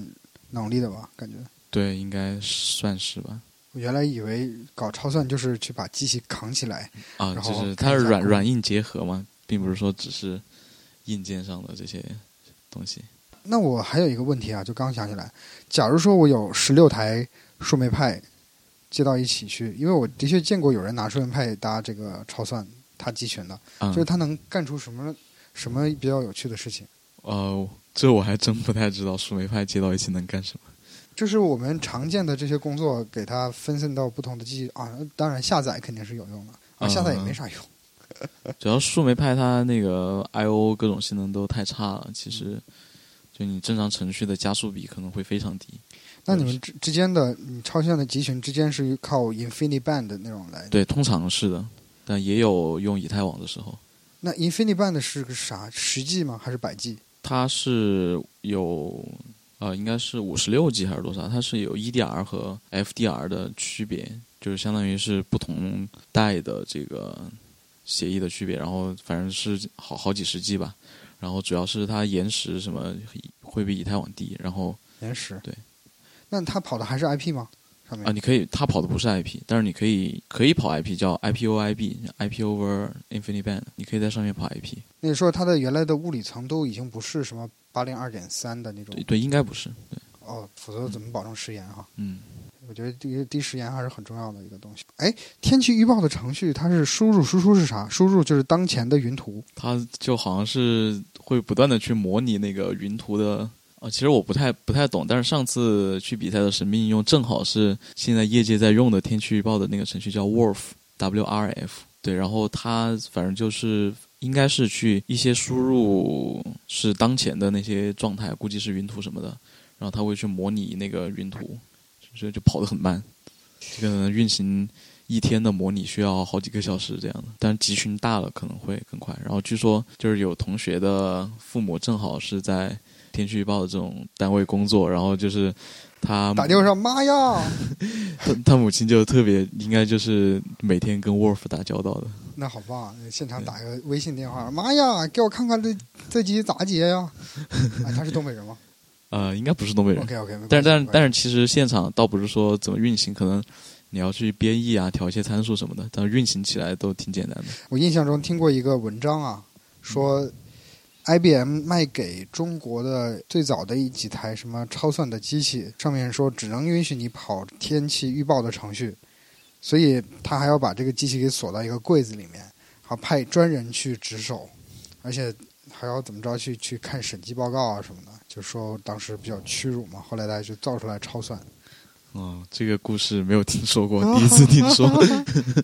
[SPEAKER 1] 能力的吧？感觉
[SPEAKER 2] 对，应该算是吧。
[SPEAKER 1] 我原来以为搞超算就是去把机器扛起来，
[SPEAKER 2] 啊，
[SPEAKER 1] 然
[SPEAKER 2] 就
[SPEAKER 1] 后
[SPEAKER 2] 是
[SPEAKER 1] 看
[SPEAKER 2] 它
[SPEAKER 1] 一
[SPEAKER 2] 是
[SPEAKER 1] 下
[SPEAKER 2] 软
[SPEAKER 1] 库
[SPEAKER 2] 软硬结合嘛，并不是说只是硬件上的这些东西。
[SPEAKER 1] 那我还有一个问题啊，就刚想起来，假如说我有十六台树莓派接到一起去，因为我的确见过有人拿树莓派搭这个超算它集群的，
[SPEAKER 2] 嗯
[SPEAKER 1] 就是它能干出什么什么比较有趣的事情。
[SPEAKER 2] 呃，这我还真不太知道树莓派接到一起能干什么。
[SPEAKER 1] 就是我们常见的这些工作，给它分散到不同的记忆啊，当然下载肯定是有用的啊，
[SPEAKER 2] 嗯
[SPEAKER 1] 下载也没啥用。
[SPEAKER 2] 主要树莓派它那个 I O 各种性能都太差了，其实就你正常程序的加速比可能会非常低。
[SPEAKER 1] 那你们之之间的你超算的集群之间是靠 InfiniBand 的那种来？
[SPEAKER 2] 对，通常是的，但也有用以太网的时候，
[SPEAKER 1] 那 InfiniBand 是个啥？十 G 吗？还是百 G？
[SPEAKER 2] 它是有呃，应该是五十六 G 还是多少？它是有 EDR 和 FDR 的区别，就是相当于是不同代的这个协议的区别。然后反正是好好几十 G 吧。然后主要是它延时什么会比以太网低，然后
[SPEAKER 1] 延时。
[SPEAKER 2] 对。
[SPEAKER 1] 那它跑的还是 IP 吗？上面
[SPEAKER 2] 啊，你可以，它跑的不是 IP，但是你可以可以跑 IP，叫 IPOIB，IP over InfiniBand，你可以在上面跑 IP。
[SPEAKER 1] 那你说它的原来的物理层都已经不是什么八零二点三的那种
[SPEAKER 2] 对嗯对，应该不是。对，
[SPEAKER 1] 哦，否则怎么保证食盐哈？
[SPEAKER 2] 嗯，
[SPEAKER 1] 我觉得低低食盐还是很重要的一个东西。哎，天气预报的程序它是输入输出是啥？输入就是当前的云图。
[SPEAKER 2] 它就好像是会不断的去模拟那个云图的。啊，其实我不太不太懂，但是上次去比赛的神秘应用正好是现在业界在用的天气预报的那个程序叫 WRF，W R F。对，然后它反正就是应该是去一些输入是当前的那些状态，估计是云图什么的，然后它会去模拟那个云图，所以就跑得很慢，这个呢运行一天的模拟需要好几个小时这样的，但是集群大了可能会更快。然后据说就是有同学的父母正好是在天气预报的这种单位工作，然后就是他
[SPEAKER 1] 打电话说妈呀，
[SPEAKER 2] 他 他母亲就特别应该就是每天跟 Wolf 打交道的，
[SPEAKER 1] 那好棒啊，现场打个微信电话，妈呀，给我看看这这集咋解呀？哎，他是东北人吗
[SPEAKER 2] 呃，应该不是东北人，
[SPEAKER 1] ？OK OK，
[SPEAKER 2] 但是但是但是其实现场倒不是说怎么运行，可能你要去编译啊，调一些参数什么的，但运行起来都挺简单的。
[SPEAKER 1] 我印象中听过一个文章啊，说 IBM 卖给中国的最早的一几台什么超算的机器，上面说只能允许你跑天气预报的程序，所以他还要把这个机器给锁到一个柜子里面，还要派专人去值守，而且还要怎么着去去看审计报告啊什么的，就说当时比较屈辱嘛。后来大家就造出来超算。
[SPEAKER 2] 哦，这个故事没有听说 过，第一次听说。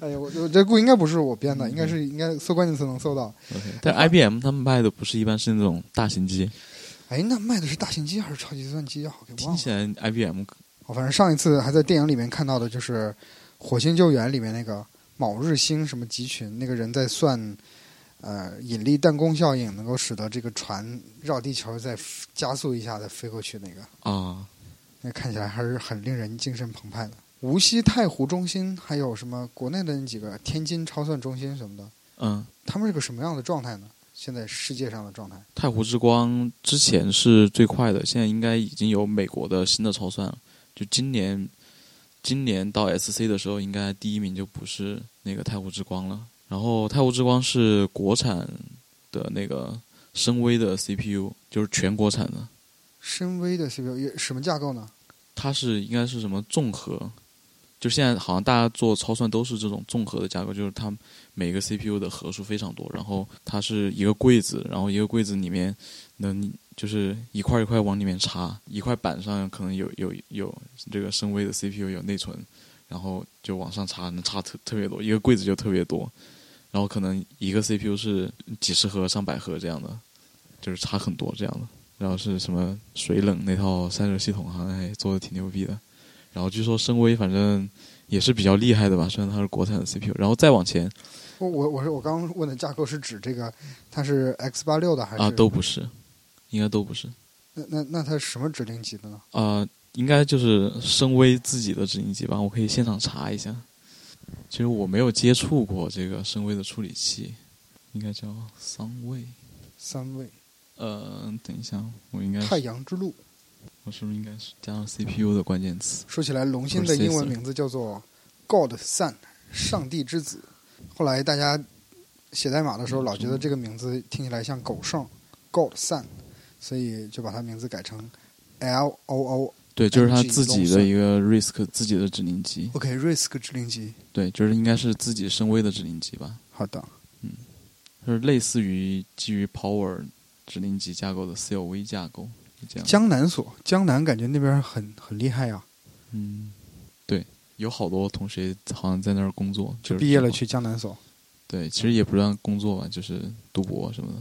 [SPEAKER 1] 哎呀，我我这故应该不是我编的，应该是应该搜关键词能搜到。
[SPEAKER 2] OK，但 IBM 他们卖的不是一般是那种大型机，
[SPEAKER 1] 哎，那卖的是大型机还是超级计算机啊？我给忘
[SPEAKER 2] 听
[SPEAKER 1] 了
[SPEAKER 2] 起。来 IBM
[SPEAKER 1] 我反正上一次还在电影里面看到的，就是《火星救援》里面那个卯日星什么集群，那个人在算，呃，引力弹弓效应能够使得这个船绕地球再加速一下再飞过去，那个
[SPEAKER 2] 啊，
[SPEAKER 1] 那看起来还是很令人精神澎湃的。无锡太湖中心还有什么国内的那几个天津超算中心什么的，
[SPEAKER 2] 嗯，
[SPEAKER 1] 他们是个什么样的状态呢？现在世界上的状态？
[SPEAKER 2] 太湖之光之前是最快的，现在应该已经有美国的新的超算了。就今年，今年到 SC 的时候，应该第一名就不是那个太湖之光了。然后太湖之光是国产的那个深威的 CPU，就是全国产的。
[SPEAKER 1] 深 V 的 CPU 也什么架构呢？
[SPEAKER 2] 它是应该是什么综合？就现在好像大家做超算都是这种综合的架构，就是它每个 CPU 的核数非常多，然后它是一个柜子，然后一个柜子里面能就是一块一块往里面插，一块板上可能有有有这个深威的 CPU 有内存，然后就往上插，能插特特别多，一个柜子就特别多，然后可能一个 CPU 是几十核、上百核这样的，就是差很多这样的。然后是什么水冷那套散热系统，好像还做的挺牛逼的。然后据说深威反正也是比较厉害的吧，虽然它是国产的 CPU。然后再往前
[SPEAKER 1] 我我我是我刚刚问的架构是指这个，它是 X 八六的还是？
[SPEAKER 2] 啊都不是，应该都不是
[SPEAKER 1] 那那那它是什么指令级的呢？
[SPEAKER 2] 啊、应该就是深威自己的指令集吧。我可以现场查一下。其实我没有接触过这个深威的处理器，应该叫桑位。
[SPEAKER 1] 三位
[SPEAKER 2] 呃，等一下，我应该
[SPEAKER 1] 太
[SPEAKER 2] 是
[SPEAKER 1] 阳之路。
[SPEAKER 2] 我是不是应该是加上 CPU 的关键词？
[SPEAKER 1] 说起来，龙芯的英文名字叫做 God Son，上帝之子。后来大家写代码的时候，老觉得这个名字听起来像狗剩，God Son，所以就把它名字改成 L O O。
[SPEAKER 2] 对，就是它
[SPEAKER 1] MG
[SPEAKER 2] 自己
[SPEAKER 1] 龙
[SPEAKER 2] 的
[SPEAKER 1] 神
[SPEAKER 2] 一个 RISC 自己的指令集。
[SPEAKER 1] OK，Risk 指令集。
[SPEAKER 2] 对，就是应该是自己深威的指令集吧，
[SPEAKER 1] 好的，
[SPEAKER 2] 就是类似于基于 Power 指令集架构的 CLV 架构，是这样。
[SPEAKER 1] 江南所，江南感觉那边很很厉害啊呀、
[SPEAKER 2] 嗯，对，有好多同学好像在那儿工作，就是
[SPEAKER 1] 毕业了去江南所。
[SPEAKER 2] 对，其实也不算工作吧，就是读博什么的。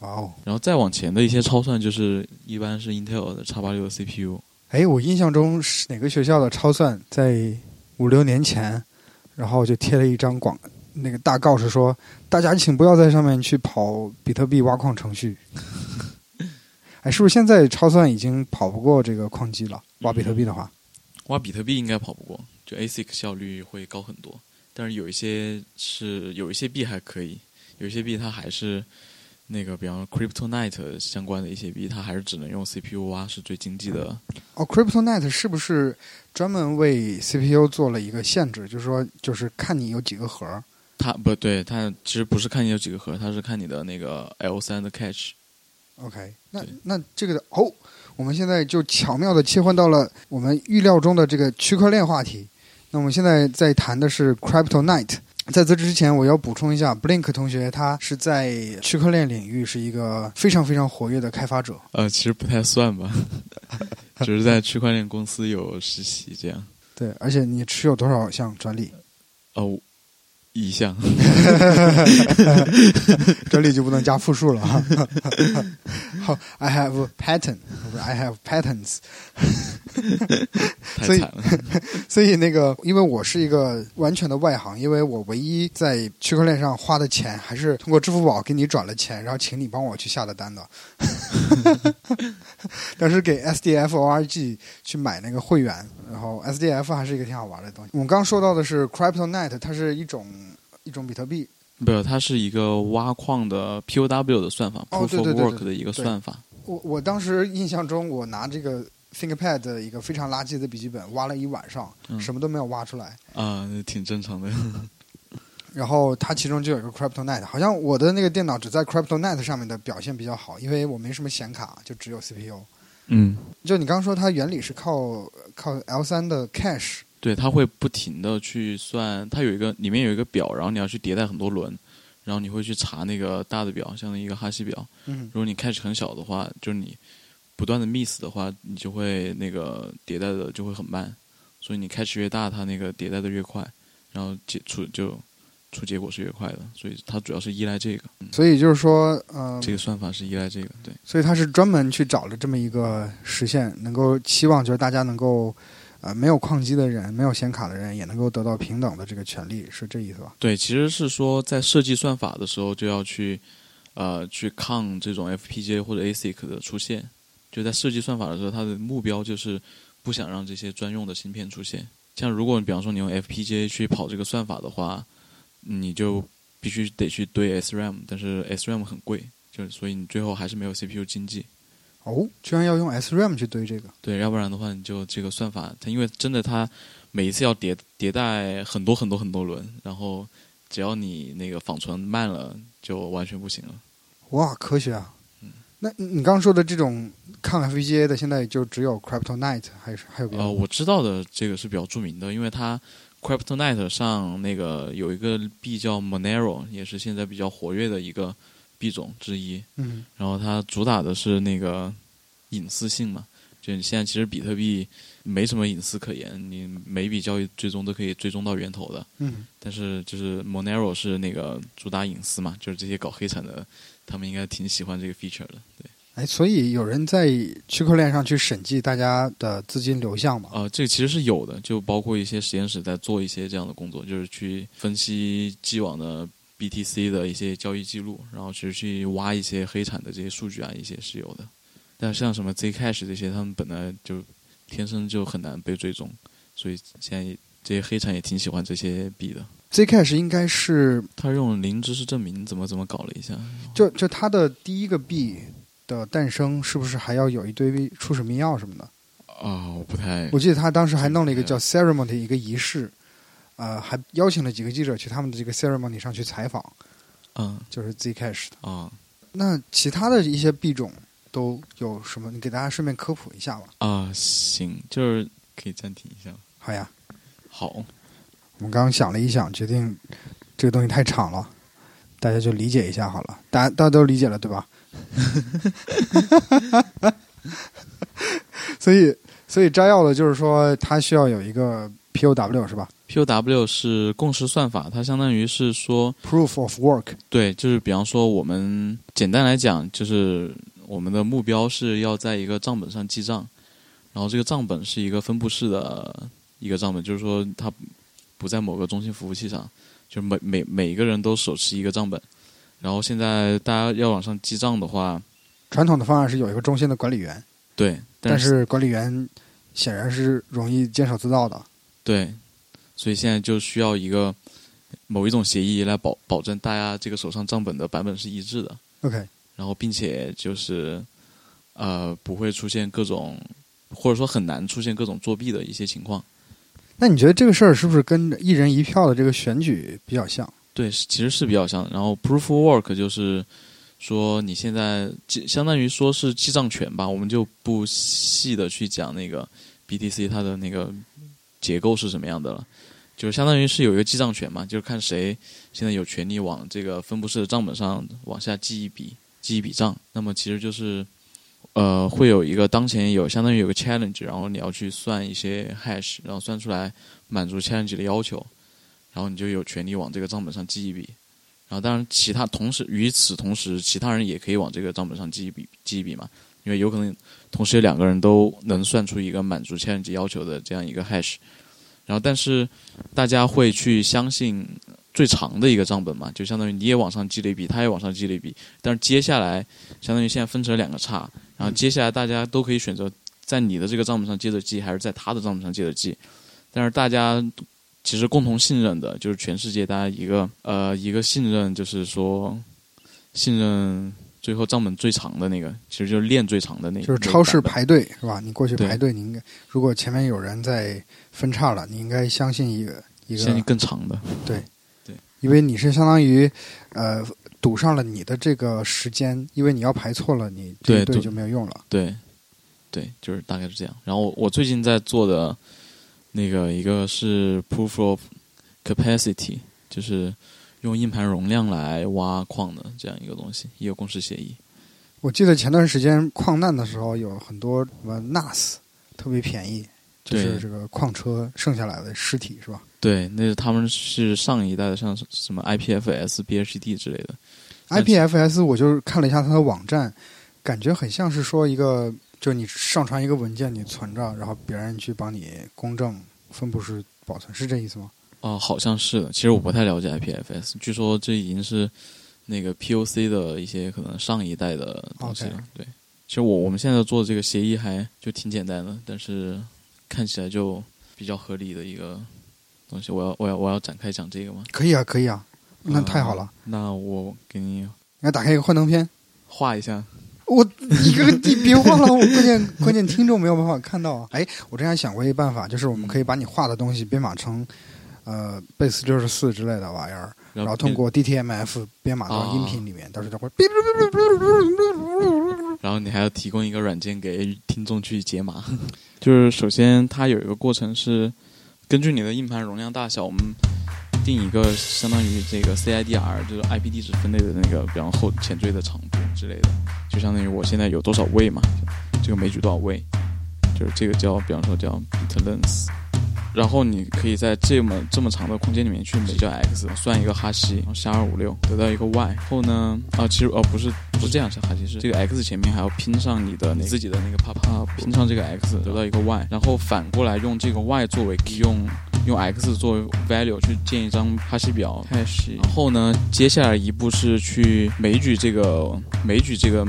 [SPEAKER 1] 哇哦！
[SPEAKER 2] 然后再往前的一些超算，就是一般是 Intel 的 x 八六的 CPU，
[SPEAKER 1] 哎，我印象中是哪个学校的超算在五六年前，然后就贴了一张广那个大告示说，大家请不要在上面去跑比特币挖矿程序。 哎，是不是现在超算已经跑不过这个矿机了？挖比特币的话，
[SPEAKER 2] 挖比特币应该跑不过，就 ASIC 效率会高很多。但是有一些是有一些币还可以，有一些币它还是那个，比方说 CryptoNet 相关的一些币，它还是只能用 CPU 挖是最经济的。
[SPEAKER 1] 哦，CryptoNet 是不是专门为 CPU 做了一个限制？就是说，就是看你有几个核儿。
[SPEAKER 2] 它不对，它其实不是看你有几个核，它是看你的那个 L 三的 cache。
[SPEAKER 1] OK，那
[SPEAKER 2] 对
[SPEAKER 1] 那这个的哦，我们现在就巧妙的切换到了我们预料中的这个区块链话题。那我们现在在谈的是 Crypto Night。在这之前，我要补充一下，Blink 同学他是在区块链领域是一个非常非常活跃的开发者。
[SPEAKER 2] 呃，其实不太算吧， 只是在区块链公司有实习这样。
[SPEAKER 1] 对，而且你持有多少项专利？
[SPEAKER 2] 哦，一项
[SPEAKER 1] 专利就不能加复数了。 哈。好，I have patent，不是 I have patents。
[SPEAKER 2] 太
[SPEAKER 1] 所以
[SPEAKER 2] 惨了。
[SPEAKER 1] 所以那个，因为我是一个完全的外行，因为我唯一在区块链上花的钱还是通过支付宝给你转了钱，然后请你帮我去下的单的。 当时给 SDF org 去买那个会员，然后 SDF 还是一个挺好玩的东西。我们刚刚说到的是 CryptoNet，它是一种一种比特币，
[SPEAKER 2] 不，它是一个挖矿的 POW 的算法、
[SPEAKER 1] 哦
[SPEAKER 2] p
[SPEAKER 1] 对
[SPEAKER 2] r o o
[SPEAKER 1] 对
[SPEAKER 2] f
[SPEAKER 1] 对
[SPEAKER 2] of
[SPEAKER 1] 对
[SPEAKER 2] Work 的一个
[SPEAKER 1] 对
[SPEAKER 2] 算法。
[SPEAKER 1] 我我当时印象中，我拿这个 ThinkPad 的一个非常垃圾的笔记本，挖了一晚上，
[SPEAKER 2] 嗯
[SPEAKER 1] 什么都没有挖出来。
[SPEAKER 2] 啊，那挺正常的。
[SPEAKER 1] 然后它其中就有一个 Cryptonet，好像我的那个电脑只在 Cryptonet 上面的表现比较好，因为我没什么显卡，就只有 CPU。
[SPEAKER 2] 嗯，
[SPEAKER 1] 就你刚刚说它原理是靠靠 L 3的 cache，
[SPEAKER 2] 对，它会不停的去算，它有一个里面有一个表，然后你要去迭代很多轮，然后你会去查那个大的表，像一个哈希表。
[SPEAKER 1] 嗯
[SPEAKER 2] 如果你开始很小的话，就是你不断的 miss 的话，你就会那个迭代的就会很慢，所以你开始越大，它那个迭代的越快，然后结出就出结果是越快的，所以它主要是依赖这个，嗯，
[SPEAKER 1] 所以就是说，嗯、
[SPEAKER 2] 这个算法是依赖这个，对，
[SPEAKER 1] 所以它是专门去找了这么一个实现，能够期望就是大家能够，呃，没有矿机的人，没有显卡的人也能够得到平等的这个权利，是这意思吧？
[SPEAKER 2] 对，其实是说在设计算法的时候就要去呃去抗这种 FPGA 或者 ASIC 的出现，就在设计算法的时候，它的目标就是不想让这些专用的芯片出现。像如果你比方说你用 FPGA 去跑这个算法的话，你就必须得去堆 SRAM，但是 SRAM 很贵，就是所以你最后还是没有 CPU 经济。
[SPEAKER 1] 哦，居然要用 SRAM 去堆这个，
[SPEAKER 2] 对，要不然的话，你就这个算法，它因为真的它每一次要迭迭代很多很多很多轮，然后只要你那个仿存慢了，就完全不行了。
[SPEAKER 1] 哇，科学啊！
[SPEAKER 2] 嗯
[SPEAKER 1] 那你你刚刚说的这种抗 FPGA 的，现在就只有 Cryptonet，还是还有别的？
[SPEAKER 2] 呃，我知道的这个是比较著名的，因为它 Cryptonet 上那个有一个币叫 Monero，也是现在比较活跃的一个币种之一。
[SPEAKER 1] 嗯，
[SPEAKER 2] 然后它主打的是那个隐私性嘛，就你现在其实比特币没什么隐私可言，你每笔交易最终都可以追踪到源头的。
[SPEAKER 1] 嗯，
[SPEAKER 2] 但是就是 Monero 是那个主打隐私嘛，就是这些搞黑产的，他们应该挺喜欢这个 feature 的。对，
[SPEAKER 1] 哎，所以有人在区块链上去审计大家的资金流向嘛？
[SPEAKER 2] 呃，这个其实是有的，就包括一些实验室在做一些这样的工作，就是去分析既往的 BTC 的一些交易记录，然后其实去挖一些黑产的这些数据啊，一些是有的。但像什么 Zcash 这些，他们本来就天生就很难被追踪，所以现在这些黑产也挺喜欢这些币的。
[SPEAKER 1] Zcash 应该是
[SPEAKER 2] 他用零知识证明怎么怎么搞了一下，
[SPEAKER 1] 就就它的第一个币的诞生，是不是还要有一堆出什么药什么的？
[SPEAKER 2] 啊、我不太
[SPEAKER 1] 我记得他当时还弄了一个叫
[SPEAKER 2] 嗯
[SPEAKER 1] ceremony 的一个仪式，呃，还邀请了几个记者去他们的这个 ceremony 上去采访，
[SPEAKER 2] 嗯
[SPEAKER 1] 就是 Zcash 的。
[SPEAKER 2] 啊
[SPEAKER 1] 那其他的一些币种都有什么？你给大家顺便科普一下吧。
[SPEAKER 2] 啊，行，就是可以暂停一下。
[SPEAKER 1] 好呀，
[SPEAKER 2] 好，
[SPEAKER 1] 我们刚刚想了一想，决定这个东西太长了，大家就理解一下好了。大家大家都理解了对吧？ 所以所以摘要的就是说，它需要有一个 POW 是吧
[SPEAKER 2] POW 是共识算法，它相当于是说，
[SPEAKER 1] ？Proof of Work。
[SPEAKER 2] 对，就是比方说我们简单来讲，就是我们的目标是要在一个账本上记账，然后这个账本是一个分布式的一个账本，就是说它不在某个中心服务器上，就每每每一个人都手持一个账本，然后现在大家要往上记账的话，
[SPEAKER 1] 传统的方案是有一个中心的管理员，
[SPEAKER 2] 对，
[SPEAKER 1] 但
[SPEAKER 2] 但
[SPEAKER 1] 是管理员显然是容易监守自盗的。
[SPEAKER 2] 对，所以现在就需要一个某一种协议来保保证大家这个手上账本的版本是一致的，
[SPEAKER 1] OK，
[SPEAKER 2] 然后并且就是呃不会出现各种或者说很难出现各种作弊的一些情况。
[SPEAKER 1] 那你觉得这个事儿是不是跟一人一票的这个选举比较像？
[SPEAKER 2] 对，是其实是比较像。然后 proof of work 就是说你现在记相当于说是记账权吧，我们就不细的去讲那个 BTC 它的那个结构是什么样的了，就是相当于是有一个记账权嘛，就是看谁现在有权利往这个分布式的账本上往下记一笔记一笔账。那么其实就是。呃，会有一个当前有相当于有个 challenge，然后你要去算一些 hash，然后算出来满足 challenge 的要求，然后你就有权利往这个账本上记一笔。然后当然，其他同时与此同时，其他人也可以往这个账本上记一笔记一笔嘛，因为有可能同时有两个人都能算出一个满足 challenge 要求的这样一个 hash。然后，但是大家会去相信最长的一个账本嘛，就相当于你也往上记了一笔，他也往上记了一笔。但是接下来，相当于现在分成了两个叉，然后接下来大家都可以选择在你的这个账本上接着记，还是在他的账本上接着记。但是大家其实共同信任的，就是全世界大家一个呃一个信任，就是说信任最后账本最长的那个，其实就是链最长的那个，
[SPEAKER 1] 就是超市
[SPEAKER 2] 那个版
[SPEAKER 1] 排队是吧？你过去
[SPEAKER 2] 对
[SPEAKER 1] 排队，你应该如果前面有人在分叉了，你应该相信一个一
[SPEAKER 2] 本
[SPEAKER 1] 个
[SPEAKER 2] 现在更长的，
[SPEAKER 1] 因为你是相当于呃赌上了你的这个时间，因为你要排错了，你这一
[SPEAKER 2] 对
[SPEAKER 1] 队
[SPEAKER 2] 对
[SPEAKER 1] 就没有用了。
[SPEAKER 2] 对，对，就是大概是这样。然后我我最近在做的那个一个是 proof of capacity，就是用硬盘容量来挖矿的这样一个东西，也有公式协议。
[SPEAKER 1] 我记得前段时间矿难的时候，有很多什么 NAS 特别便宜，就
[SPEAKER 2] 对
[SPEAKER 1] 是这个矿车剩下来的尸体是吧
[SPEAKER 2] 对，那是他们是上一代的，像什么 IPFS、BHD 之类的。但是
[SPEAKER 1] ？IPFS 我就是看了一下它的网站，感觉很像是说一个，就你上传一个文件，你存着，然后别人去帮你公证、分布式保存，是这意思吗？
[SPEAKER 2] 哦、好像是的。其实我不太了解 IPFS，据说这已经是那个 POC 的一些可能上一代的东西了。
[SPEAKER 1] OK
[SPEAKER 2] 对，其实我我们现在做的这个协议还就挺简单的，但是看起来就比较合理的一个东西。我要我要我要展开讲这个吗？
[SPEAKER 1] 可以啊，可以啊，那太好了。
[SPEAKER 2] 那我给你
[SPEAKER 1] 来打开一个幻灯片。
[SPEAKER 2] 画一下。
[SPEAKER 1] 我一个你别忘了，我关 键关键听众没有办法看到啊。哎，我之前想过一个办法，就是我们可以把你画的东西编码成呃贝斯六十四之类的玩意儿，
[SPEAKER 2] 然
[SPEAKER 1] 然
[SPEAKER 2] 后
[SPEAKER 1] 后通过 DTMF 编码到
[SPEAKER 2] 啊
[SPEAKER 1] 音频里面，到时候就会。
[SPEAKER 2] 然后你还要提供一个软件给听众去解码。 就是首先它有一个过程是根据你的硬盘容量大小，我们定一个相当于这个 CIDR，就是 IP 地址分类的那个，比方后前缀的长度之类的，就相当于我现在有多少位嘛，这个枚举多少位，就是这个叫比方说叫 bit length。然后你可以在这么这么长的空间里面去每叫 x 算一个哈希，然后下二五六得到一个 y 后呢啊其实哦不是不是这样是哈希是这个 x 前面还要拼上你的你自己的那个 pop up 拼上这个 x 得到一个 y，然后反过来用这个 y 作为用用 x 作为 value 去建一张哈希表 hash，然后呢接下来一步是去枚举这个枚举这个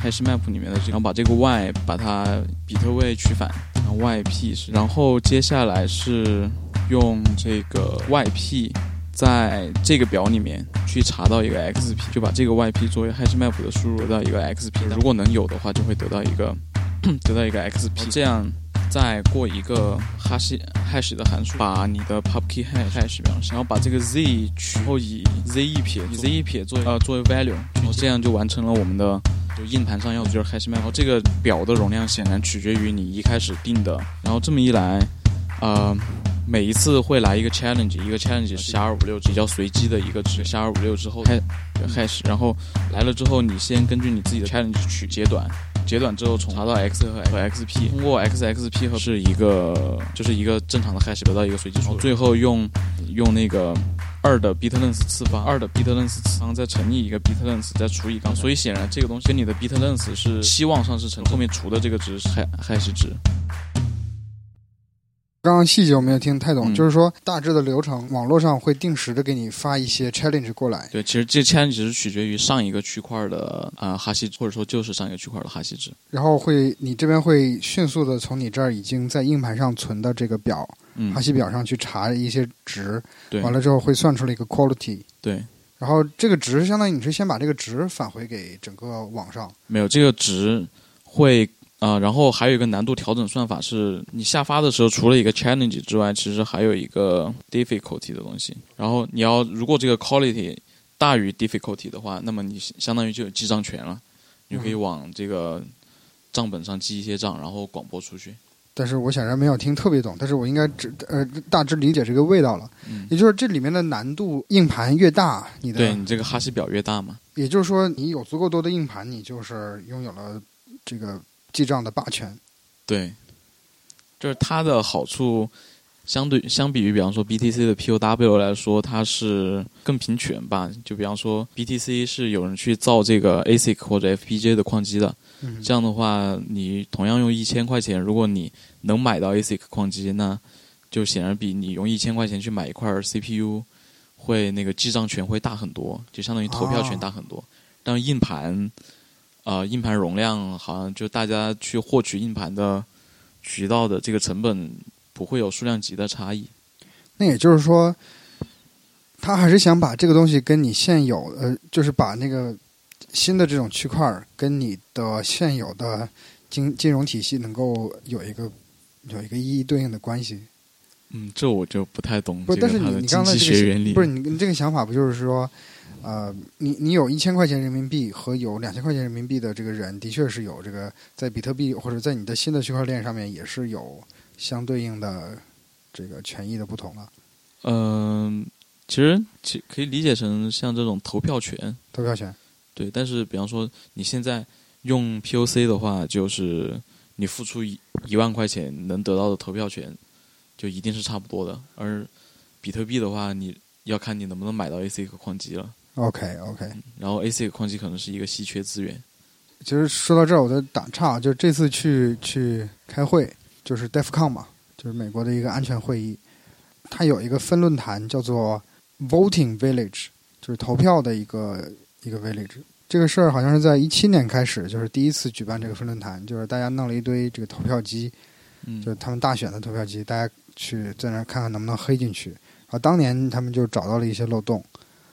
[SPEAKER 2] hash map 里面的这个，然后把这个 y 把它比特位取反，然后 yp 是，然后接下来是用这个 yp 在这个表里面去查到一个 xp，就把这个 yp 作为 hash map 的输入得到一个 xp，如果能有的话，就会得到一个 得到一个 xp，这样。再过一个哈希 hash 的函数，把你的 pub key hash hash 比方说，然后把这个 z 取后以 z 一撇以 z 一撇作为呃作为 value，然后这样就完成了我们的就硬盘上要的就是 hash map，然后这个表的容量显然取决于你一开始定的，然后这么一来，呃，每一次会来一个 challenge，一个 challenge 是下二五六比较随机的一个值，下二五六之后 hash hash，然后来了之后，你先根据你自己的 challenge 取截短，截短之后从查到 x 和和 xp，通过 x xp 和是一个就是一个正常的 hash 得到一个随机数，最后用用那个二的 bit length 次方，二的 bit length 次方再乘以一个 bit length 再除以刚，所以显然这个东西跟你的 bit length 是期望上是乘，后面除的这个值是 hash hash 值。
[SPEAKER 1] 刚刚细节我没有听太懂，
[SPEAKER 2] 嗯
[SPEAKER 1] 就是说大致的流程，网络上会定时的给你发一些 challenge 过来。
[SPEAKER 2] 对，其实这 challenge 是取决于上一个区块的啊、哈希值，或者说就是上一个区块的哈希值。
[SPEAKER 1] 然后会，你这边会迅速的从你这儿已经在硬盘上存的这个表
[SPEAKER 2] 嗯
[SPEAKER 1] 哈，希表上去查一些值，
[SPEAKER 2] 对
[SPEAKER 1] 完了之后会算出来一个 quality，
[SPEAKER 2] 对，
[SPEAKER 1] 然后这个值相当于你是先把这个值返回给整个网上，
[SPEAKER 2] 没有这个值会啊、呃然后还有一个难度调整算法是，你下发的时候除了一个 challenge 之外，其实还有一个 difficulty 的东西。然后你要如果这个 quality 大于 difficulty 的话，那么你相当于就有记账权了，你就可以
[SPEAKER 1] 嗯
[SPEAKER 2] 往这个账本上记一些账，然后广播出去。
[SPEAKER 1] 但是我显然没有听特别懂，但是我应该知呃大致理解这个味道了。
[SPEAKER 2] 嗯
[SPEAKER 1] 也就是这里面的难度，硬盘越大，你的
[SPEAKER 2] 对你这个哈希表越大嘛，
[SPEAKER 1] 也就是说你有足够多的硬盘，你就是拥有了这个记账的霸权。
[SPEAKER 2] 对，就是它的好处，相对相比于比方说 BTC 的 POW 来说，它是更平权吧。就比方说 BTC 是有人去造这个 ASIC 或者 FPGA 的矿机的，
[SPEAKER 1] 嗯，
[SPEAKER 2] 这样的话，你同样用一千块钱，如果你能买到 ASIC 矿机，那就显然比你用一千块钱去买一块 CPU 会那个记账权会大很多，就相当于投票权大很多。但硬盘，呃，硬盘容量好像就大家去获取硬盘的渠道的这个成本不会有数量级的差异。
[SPEAKER 1] 那也就是说，他还是想把这个东西跟你现有呃，就是把那个新的这种区块儿跟你的现有的金金融体系能够有一个有一个一一对应的关系。
[SPEAKER 2] 嗯，这我就不太懂
[SPEAKER 1] 不
[SPEAKER 2] 这
[SPEAKER 1] 是，
[SPEAKER 2] 个
[SPEAKER 1] 但是
[SPEAKER 2] 它
[SPEAKER 1] 你
[SPEAKER 2] 的
[SPEAKER 1] 你
[SPEAKER 2] 经
[SPEAKER 1] 刚才
[SPEAKER 2] 济
[SPEAKER 1] 这个
[SPEAKER 2] 学原
[SPEAKER 1] 想
[SPEAKER 2] 理。
[SPEAKER 1] 不是你你这个想法不就是说，呃，你你有一千块钱人民币和有两千块钱人民币的这个人，的确是有这个在比特币或者在你的新的区块链上面也是有相对应的这个权益的不同了，
[SPEAKER 2] 嗯、其实其可以理解成像这种投票权，
[SPEAKER 1] 投票权。
[SPEAKER 2] 对。但是比方说你现在用 POC 的话，就是你付出一一万块钱能得到的投票权，就一定是差不多的。而比特币的话，你要看你能不能买到 ASIC 矿机了。
[SPEAKER 1] OK OK，
[SPEAKER 2] 然后 ASIC 矿机可能是一个稀缺资源。
[SPEAKER 1] 其实说到这儿我再打岔，啊就这次去去开会，就是 DEFCON 嘛，就是美国的一个安全会议，它有一个分论坛叫做 Voting Village，就是投票的一个一个 village。这个事儿好像是在一七年开始，就是第一次举办这个分论坛，就是大家弄了一堆这个投票机，
[SPEAKER 2] 嗯，
[SPEAKER 1] 就是他们大选的投票机，大家去在那儿看看能不能黑进去。然后当年他们就找到了一些漏洞，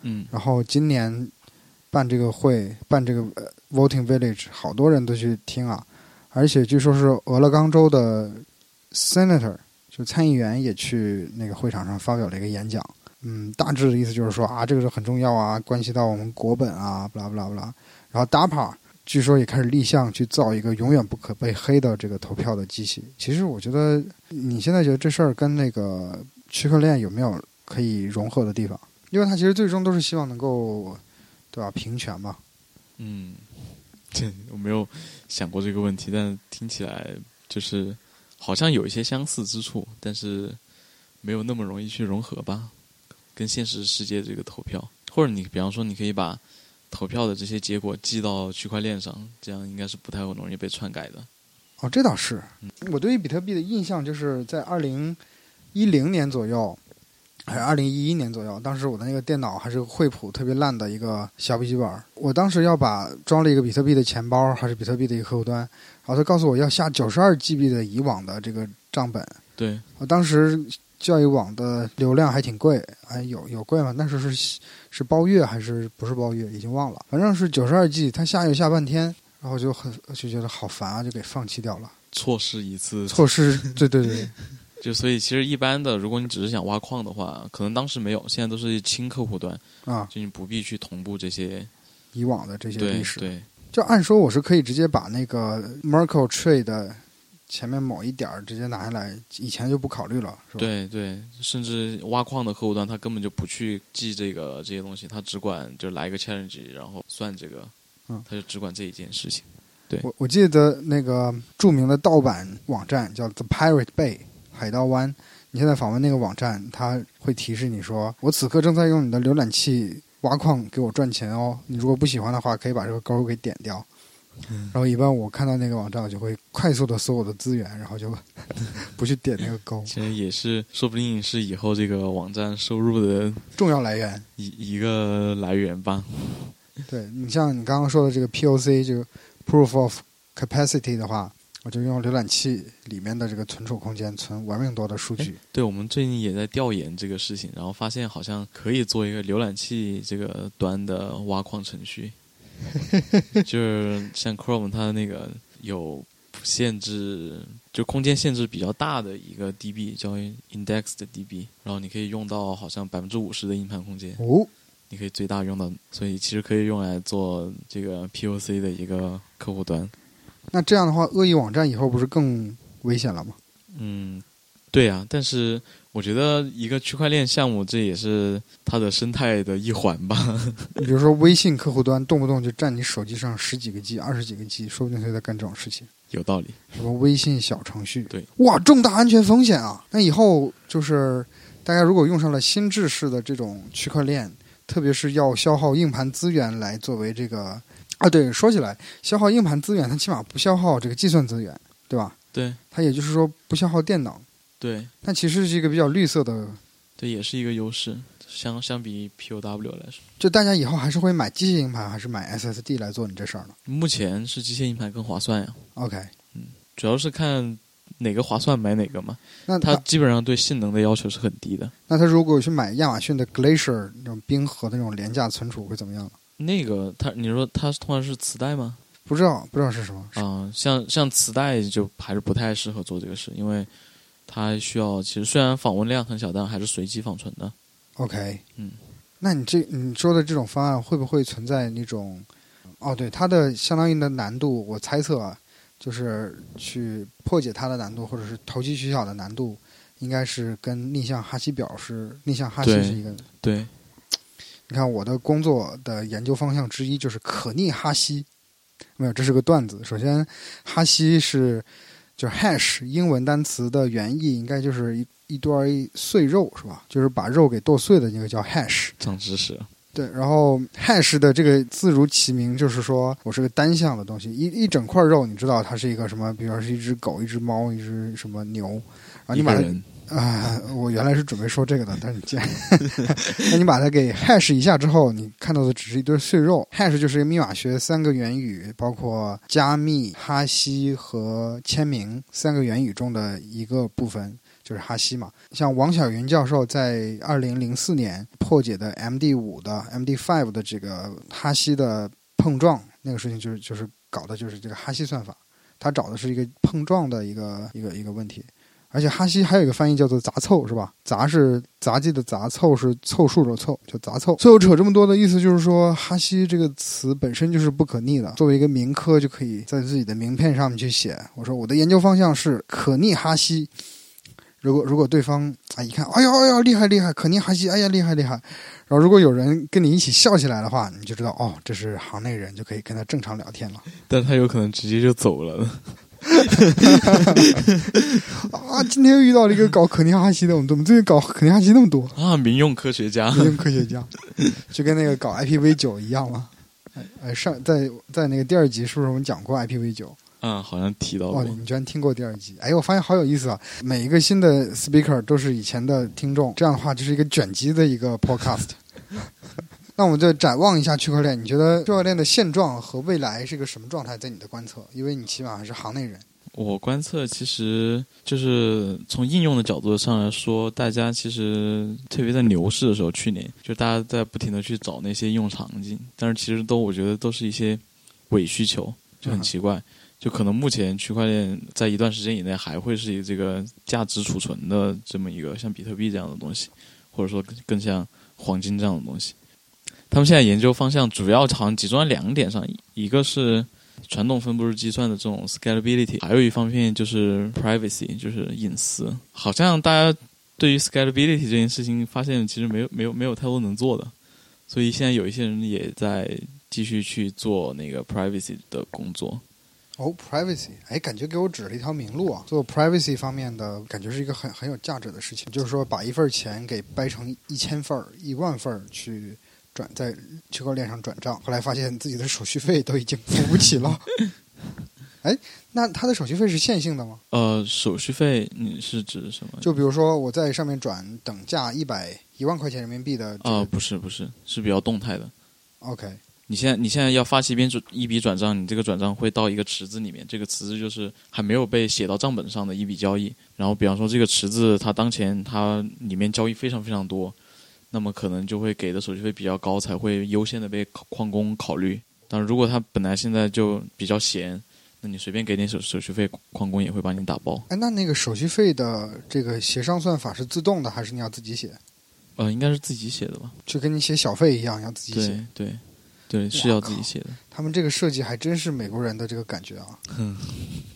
[SPEAKER 2] 嗯
[SPEAKER 1] 然后今年办这个会，办这个呃 Voting Village，好多人都去听啊，而且据说是俄勒冈州的 Senator，就参议员也去那个会场上发表了一个演讲。嗯，大致的意思就是说啊，这个是很重要啊，关系到我们国本啊，不啦不啦不啦。然后 DAPA 据说也开始立项去造一个永远不可被黑的这个投票的机器。其实我觉得你现在觉得这事儿跟那个区块链有没有可以融合的地方？因为它其实最终都是希望能够，对吧？平权嘛。
[SPEAKER 2] 嗯， 这我没有想过这个问题，但听起来就是好像有一些相似之处，但是没有那么容易去融合吧，跟现实世界这个投票，或者你比方说你可以把投票的这些结果记到区块链上，这样应该是不太容易被篡改的。
[SPEAKER 1] 哦，这倒是。我对于比特币的印象就是在二零一零年左右，还是二零一一年左右，当时我的那个电脑还是个惠普特别烂的一个小笔记本儿，我当时要把装了一个比特币的钱包，还是比特币的一个客户端，然后他告诉我要下九十二 GB 的以往的这个账本，
[SPEAKER 2] 对，
[SPEAKER 1] 我当时教育网的流量还挺贵，哎，有有贵吗？那时候是是包月还是不是包月？已经忘了，反正是九十二 G，它下又下半天，然后就很就觉得好烦啊，就给放弃掉了。
[SPEAKER 2] 错失一次，
[SPEAKER 1] 错 失，对对对，
[SPEAKER 2] 就所以其实一般的，如果你只是想挖矿的话，可能当时没有，现在都是轻客户端，
[SPEAKER 1] 啊，
[SPEAKER 2] 就你不必去同步这些
[SPEAKER 1] 以往的这些
[SPEAKER 2] 对
[SPEAKER 1] 历史，
[SPEAKER 2] 对，
[SPEAKER 1] 就按说我是可以直接把那个 Merkle Tree 的前面某一点儿直接拿下来，以前就不考虑了，是吧？
[SPEAKER 2] 对对，甚至挖矿的客户端，他根本就不去记这个这些东西，他只管就来一个 challenge，然后算这个，
[SPEAKER 1] 嗯
[SPEAKER 2] 他就只管这一件事情。
[SPEAKER 1] 我我记得那个著名的盗版网站叫 The Pirate Bay 海盗湾，你现在访问那个网站，它会提示你说，我此刻正在用你的浏览器挖矿给我赚钱哦，你如果不喜欢的话，可以把这个勾给点掉。然后一般我看到那个网站，我就会快速的搜我的资源，然后就 不去点那个勾，
[SPEAKER 2] 其实也是，说不定是以后这个网站收入的
[SPEAKER 1] 重要来源。
[SPEAKER 2] 一一个来源吧。
[SPEAKER 1] 对你像你刚刚说的这个 POC 这个 Proof of Capacity 的话，我就用浏览器里面的这个存储空间存玩命多的数据。
[SPEAKER 2] 对，我们最近也在调研这个事情，然后发现好像可以做一个浏览器这个端的挖矿程序， 就是像 Chrome 它那个有限制，就空间限制比较大的一个 DB 叫 Index 的 DB，然后你可以用到好像百分之五十的硬盘空间，
[SPEAKER 1] 哦，
[SPEAKER 2] 你可以最大用到，所以其实可以用来做这个 POC 的一个客户端。
[SPEAKER 1] 那这样的话，恶意网站以后不是更危险了吗？
[SPEAKER 2] 嗯，对呀、但是我觉得一个区块链项目，这也是它的生态的一环吧。
[SPEAKER 1] 你比如说微信客户端，动不动就占你手机上十几个 G、二十几个 G，说不定他在干这种事情。
[SPEAKER 2] 有道理，
[SPEAKER 1] 什么微信小程序，
[SPEAKER 2] 对，
[SPEAKER 1] 哇，重大安全风险啊！那以后就是大家如果用上了新制式的这种区块链，特别是要消耗硬盘资源来作为这个啊，对，说起来消耗硬盘资源，它起码不消耗这个计算资源，对吧？
[SPEAKER 2] 对
[SPEAKER 1] 它也就是说不消耗电脑，
[SPEAKER 2] 对
[SPEAKER 1] 那其实是一个比较绿色的
[SPEAKER 2] 对，也是一个优势。相相比 POW 来说，
[SPEAKER 1] 就大家以后还是会买机械硬盘，还是买 SSD 来做你这事儿呢
[SPEAKER 2] 目前是机械硬盘更划算呀，
[SPEAKER 1] ？OK，
[SPEAKER 2] 主要是看哪个划算买哪个嘛。
[SPEAKER 1] 那
[SPEAKER 2] 它
[SPEAKER 1] 那
[SPEAKER 2] 基本上对性能的要求是很低的。
[SPEAKER 1] 那他如果去买亚马逊的 Glacier 那种冰河的那种廉价存储会怎么样呢？
[SPEAKER 2] 那个它，你说它通常是磁带吗？
[SPEAKER 1] 不知道不知道是什么，
[SPEAKER 2] 嗯、像像磁带就还是不太适合做这个事，因为它需要其实虽然访问量很小，但还是随机访存的。
[SPEAKER 1] OK，
[SPEAKER 2] 嗯，
[SPEAKER 1] 那你这你说的这种方案会不会存在那种？哦，对，它的相当于的难度，我猜测啊，就是去破解它的难度，或者是投机取巧的难度，应该是跟逆向哈希表是逆向哈希
[SPEAKER 2] 对
[SPEAKER 1] 是一个。
[SPEAKER 2] 对，
[SPEAKER 1] 你看我的工作的研究方向之一就是可逆哈希，没有，这是个段子。首先，哈希是就是 hash 英文单词的原意，应该就是一一段一碎肉是吧？就是把肉给剁碎的那个叫 hash。
[SPEAKER 2] 长知识。
[SPEAKER 1] 对，然后 hash 的这个字如其名，就是说我是个单向的东西，一一整块肉，你知道它是一个什么？比如说是一只狗、一只猫、一只什么牛，然后你
[SPEAKER 2] 一
[SPEAKER 1] 把
[SPEAKER 2] 个
[SPEAKER 1] 它
[SPEAKER 2] 人
[SPEAKER 1] 啊、我原来是准备说这个的，但是你竟然， 那你把它给 hash 一下之后，你看到的只是一堆碎肉。hash 就是一个密码学三个元语，包括加密、哈希和签名三个元语中的一个部分，就是哈希嘛。像王小云教授在二零零四年破解的 MD 五的 MD five 的这个哈希的碰撞，那个事情就是就是搞的就是这个哈希算法，他找的是一个碰撞的一个一个一个问题。而且哈希还有一个翻译叫做杂凑，是吧？杂是杂技的杂，凑是凑数的凑，叫杂凑。最后扯这么多的意思就是说，哈希这个词本身就是不可逆的。作为一个民科，就可以在自己的名片上面去写，我说我的研究方向是可逆哈希。如果如果对方啊一看，哎呦哎呦厉害厉害，可逆哈希，哎呀厉害厉害。然后如果有人跟你一起笑起来的话，你就知道哦，这是行内人，就可以跟他正常聊天了。
[SPEAKER 2] 但他有可能直接就走了。
[SPEAKER 1] 啊，今天又遇到了一个搞可逆哈希的，我们怎么最近搞可逆哈希那么多？
[SPEAKER 2] 啊，民用科学家，
[SPEAKER 1] 民用科学家，就跟那个搞 IPv 九一样嘛。哎哎，上在在那个第二集是不是我们讲过 IPv 九？
[SPEAKER 2] 嗯，好像提到
[SPEAKER 1] 哇，
[SPEAKER 2] 过。
[SPEAKER 1] 你居然听过第二集？哎，我发现好有意思啊！每一个新的 speaker 都是以前的听众，这样的话就是一个卷积的一个 podcast。那我们就展望一下区块链，你觉得区块链的现状和未来是个什么状态？在你的观测，因为你起码还是行内人。
[SPEAKER 2] 我观测，其实就是从应用的角度上来说，大家其实特别在牛市的时候，去年就大家在不停的去找那些应用场景，但是其实都我觉得都是一些伪需求，就很奇怪。就可能目前区块链在一段时间以内还会是以这个价值储存的这么一个像比特币这样的东西，或者说更更像黄金这样的东西。他们现在研究方向主要好像集中在两点上，一个是传统分布式计算的这种 scalability，还有一方面就是 privacy，就是隐私。好像大家对于 scalability 这件事情，发现其实没有没有没有太多能做的，所以现在有一些人也在继续去做那个 privacy 的工作。
[SPEAKER 1] 哦，privacy，哎，感觉给我指了一条明路啊！做 privacy 方面的感觉是一个很很有价值的事情，就是说把一份钱给掰成一千份儿、一万份儿去转在区块链上转账，后来发现自己的手续费都已经付不起了。 哎，那它的手续费是线性的吗？
[SPEAKER 2] 呃，手续费你是指什么？
[SPEAKER 1] 就比如说我在上面转等价一百一万块钱人民币的这
[SPEAKER 2] 啊、
[SPEAKER 1] 个、
[SPEAKER 2] 不是不是，是比较动态的。
[SPEAKER 1] OK，
[SPEAKER 2] 你现在你现在要发起一笔转一笔转账，你这个转账会到一个池子里面，这个池子就是还没有被写到账本上的一笔交易。然后，比方说这个池子它当前它里面交易非常非常多，那么可能就会给的手续费比较高，才会优先的被考矿工考虑。但如果它本来现在就比较闲，那你随便给点手手续费，矿工也会把你打包。
[SPEAKER 1] 哎，那那个手续费的这个协商算法是自动的，还是你要自己写？
[SPEAKER 2] 呃，应该是自己写的吧？
[SPEAKER 1] 就跟你写小费一样，要自己写。
[SPEAKER 2] 对对对，是
[SPEAKER 1] 哇
[SPEAKER 2] 要自己
[SPEAKER 1] 靠
[SPEAKER 2] 写的。
[SPEAKER 1] 他们这个设计还真是美国人的这个感觉啊，
[SPEAKER 2] 嗯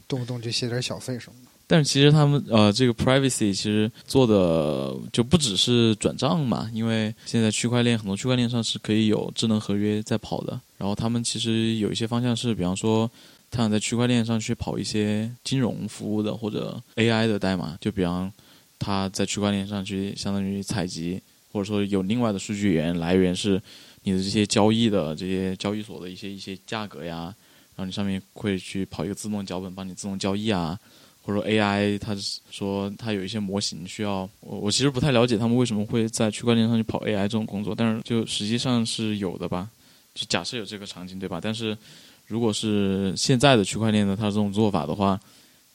[SPEAKER 1] 动不动就写点小费什么的。
[SPEAKER 2] 但是其实他们呃，这个 privacy 其实做的就不只是转账嘛，因为现在区块链很多区块链上是可以有智能合约在跑的。然后他们其实有一些方向是，比方说，他想在区块链上去跑一些金融服务的或者 AI 的代码，就比方他在区块链上去相当于采集，或者说有另外的数据源来源是你的这些交易的这些交易所的一些一些价格呀，然后你上面会去跑一个自动脚本帮你自动交易啊。或者说 AI，它是说它有一些模型需要我，我其实不太了解他们为什么会在区块链上去跑 AI 这种工作，但是就实际上是有的吧，就假设有这个场景对吧？但是如果是现在的区块链的它这种做法的话，